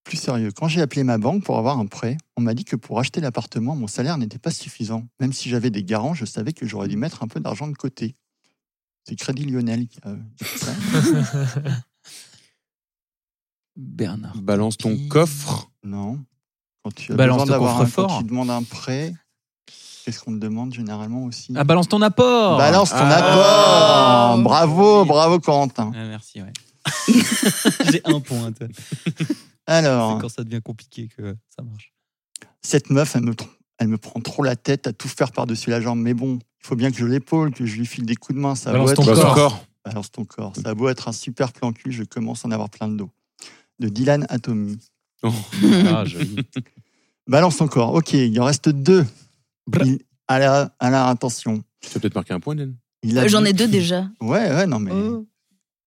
plus sérieux. Quand j'ai appelé ma banque pour avoir un prêt, on m'a dit que pour acheter l'appartement, mon salaire n'était pas suffisant. Même si j'avais des garants, je savais que j'aurais dû mettre un peu d'argent de côté. C'est Crédit Lionel qui a qui a fait ça.
Bernard.
Balance ton coffre.
Non. Quand tu as
Balance
besoin
ton
d'avoir un,
coffre-fort.
quand tu demandes un prêt, qu'est-ce qu'on te demande généralement aussi
Ah, balance ton apport
Balance ton
Ah.
apport Bravo, bravo Corentin.
Ah, merci, ouais. J'ai un point. toi.
Alors,
C'est quand ça devient compliqué que ça marche.
cette meuf, elle me, tr- elle me prend trop la tête à tout faire par-dessus la jambe. Mais bon, il faut bien que je l'épaule, que je lui file des coups de main. Ça a
Balance
beau
ton
Bah,
être-
corps.
Balance ton corps. Ça a beau être un super plan cul, je commence à en avoir plein le dos. De Dylan Atomy.
hein.
Ah, joli.
Balance ton corps. Ok, il en reste deux. Il- à la, à la- attention.
Tu vas peut-être marquer un point, Nen.
Il a
Euh, J'en
vu-
ai deux déjà.
Ouais, ouais, non mais.
Oh.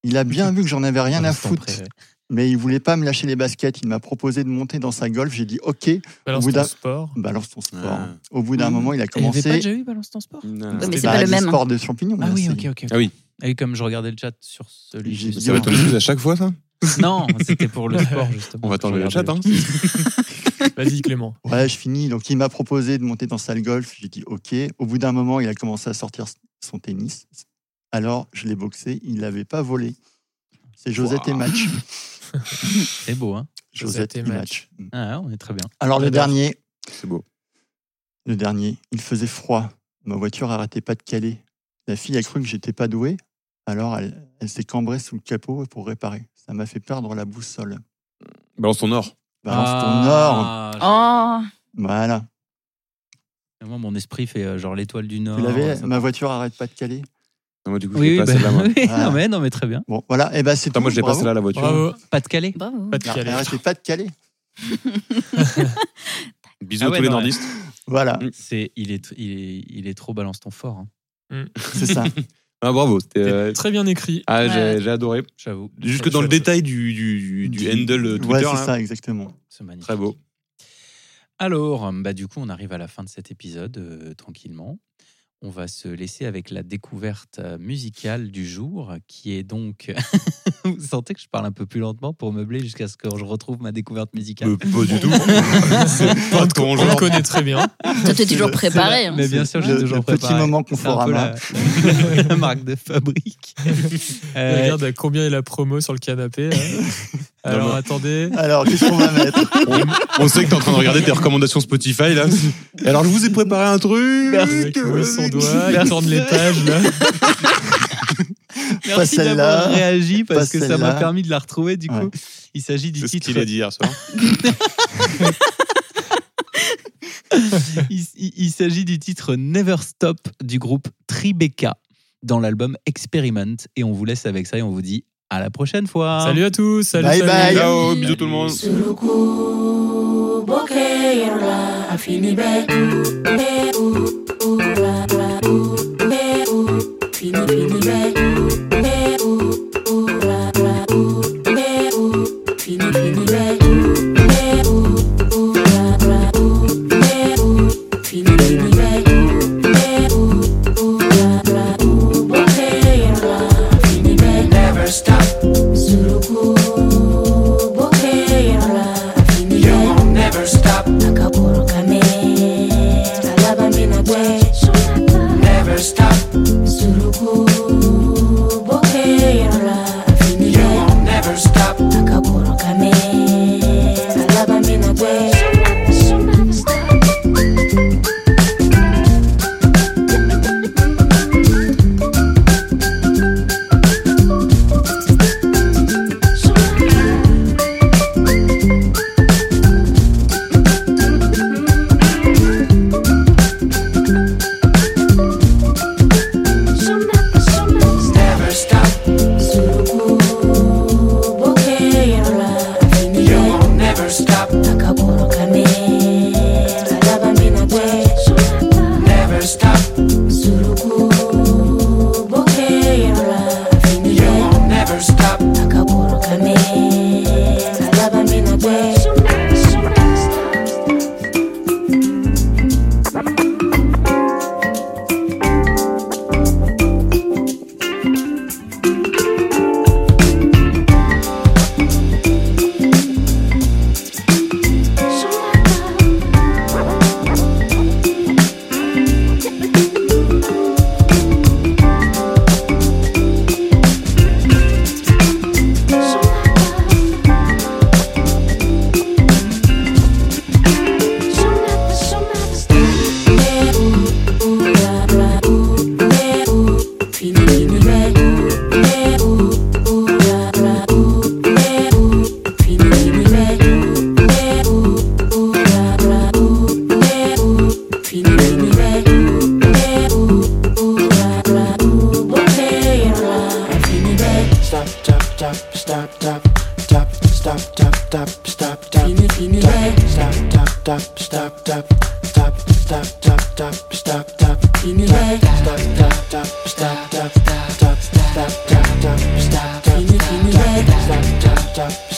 Il a bien vu que j'en avais rien à
Balance ton euh.
foutre,
prêt, ouais.
mais il voulait pas me lâcher les baskets. Il m'a proposé de monter dans sa golf. J'ai dit OK,
Balance
Au bout
ton
d'un-
sport.
balance ton sport.
Ah.
Au bout d'un
Mhm.
moment, il a
Il n'y avait pas
commencé.
déjà eu Balance ton sport
Ouais, mais
Bah,
c'est pas le
des
même. hein.
sports de champignons.
Ah
là,
oui,
Bah, c'est-
ok, ok.
Ah oui.
Ah oui, comme je regardais le chat sur celui
J'ai
juste
dit-
Ça va
avant.
être une excuse à chaque fois, ça
Non, c'était pour le sport, justement.
On va t'enlever le
Je regardais
chat, hein.
Vas-y, Clément.
Ouais, je finis. Donc, il m'a proposé de monter dans sa salle golf. J'ai dit OK. Au bout d'un moment, il a commencé à sortir son tennis. Alors, je l'ai boxé. Il l'avait pas volé. C'est Josette
Wow.
et match.
C'est beau, hein
Josette et match. Mm.
Ah, on est très bien.
Alors, le
J'adore.
dernier.
C'est beau.
Le dernier. Il faisait froid. Ma voiture arrêtait pas de caler. La fille a cru que j'étais pas doué. Alors, elle, elle s'est cambrée sous le capot pour réparer. Ça m'a fait perdre la boussole. Bah,
Balance ton or.
Balance
Ah,
Ah.
ton
Oh,
ton or. Voilà.
Moi, mon esprit fait euh, genre l'étoile du Nord.
Tu l'avais,
ça-
ma voiture arrête pas de caler.
Non, Ah, moi, du coup, je
Oui,
l'ai
oui,
pas
bah,
celle-là, moi.
oui,
Voilà.
non, mais, non, mais très bien.
Bon, voilà, et ben c'est
Attends, moi,
tout,
je l'ai pas
bravo.
celle-là, la voiture.
Bravo.
Pas de Calais
bravo.
Pas de
Elle
calais.
arrêtait pas de caler.
Bisous
Ah
à
ouais,
tous les
non, ouais.
nordistes.
Voilà,
C'est, il, est, il, est, il est trop balance ton fort, hein.
c'est ça.
Ah, bravo. C'était. euh,
C'était Très bien écrit.
Ah,
Ouais.
j'ai j'ai adoré.
j'avoue.
Jusque dans le détail du, du, du, du handle euh,
ouais,
Twitter.
c'est
là.
ça, exactement.
C'est magnifique.
Très beau.
Alors, bah, du coup, on arrive à la fin de cet épisode euh, tranquillement. On va se laisser avec la découverte euh, musicale du jour, qui est donc. Vous sentez que je parle un peu plus lentement pour meubler jusqu'à ce que je retrouve ma découverte musicale.
Euh, Pas du tout. C'est pas de ton
On le
genre.
connaît très bien.
Toi, t'es toujours préparé. hein.
Mais bien sûr, j'ai
le-
toujours
le petit
préparé.
moment
C'est un peu
Conforama.
La, la marque de fabrique. Euh,
Regarde à combien est la promo sur le canapé. hein. Alors
Non, mais-
attendez.
Alors, qu'est-ce qu'on va mettre
On sait que t'es en train de regarder tes recommandations Spotify là. Et Alors je vous ai préparé un truc.
Le mec
euh,
ouvre son doigt, il tourne les pages là.
Pas
Merci
celle-là.
d'avoir réagi parce que
Pas
ça m'a
celle-là.
permis de la retrouver. Du coup,
Ouais.
il s'agit du
C'est ce
titre.
qu'il a dit hier soir.
Il, il- il s'agit du titre Never Stop du groupe Tribeca dans l'album Experiment. Et on vous laisse avec ça et on vous dit à la prochaine fois.
Salut à tous. Salut,
Hein. Bye
salut.
bye.
Ciao, bisous tout le monde.
Never stop. Never stop.
stop, stop, stop, stop, stop, stop, stop, stop, stop. Fini, fini, stop, stop, stop, stop, stop, stop, stop, stop, stop, stop, stop. Fini, stop, stop, stop, stop, stop, stop, stop, stop, stop, stop, stop. Fini, fini, stop, stop, stop, stop.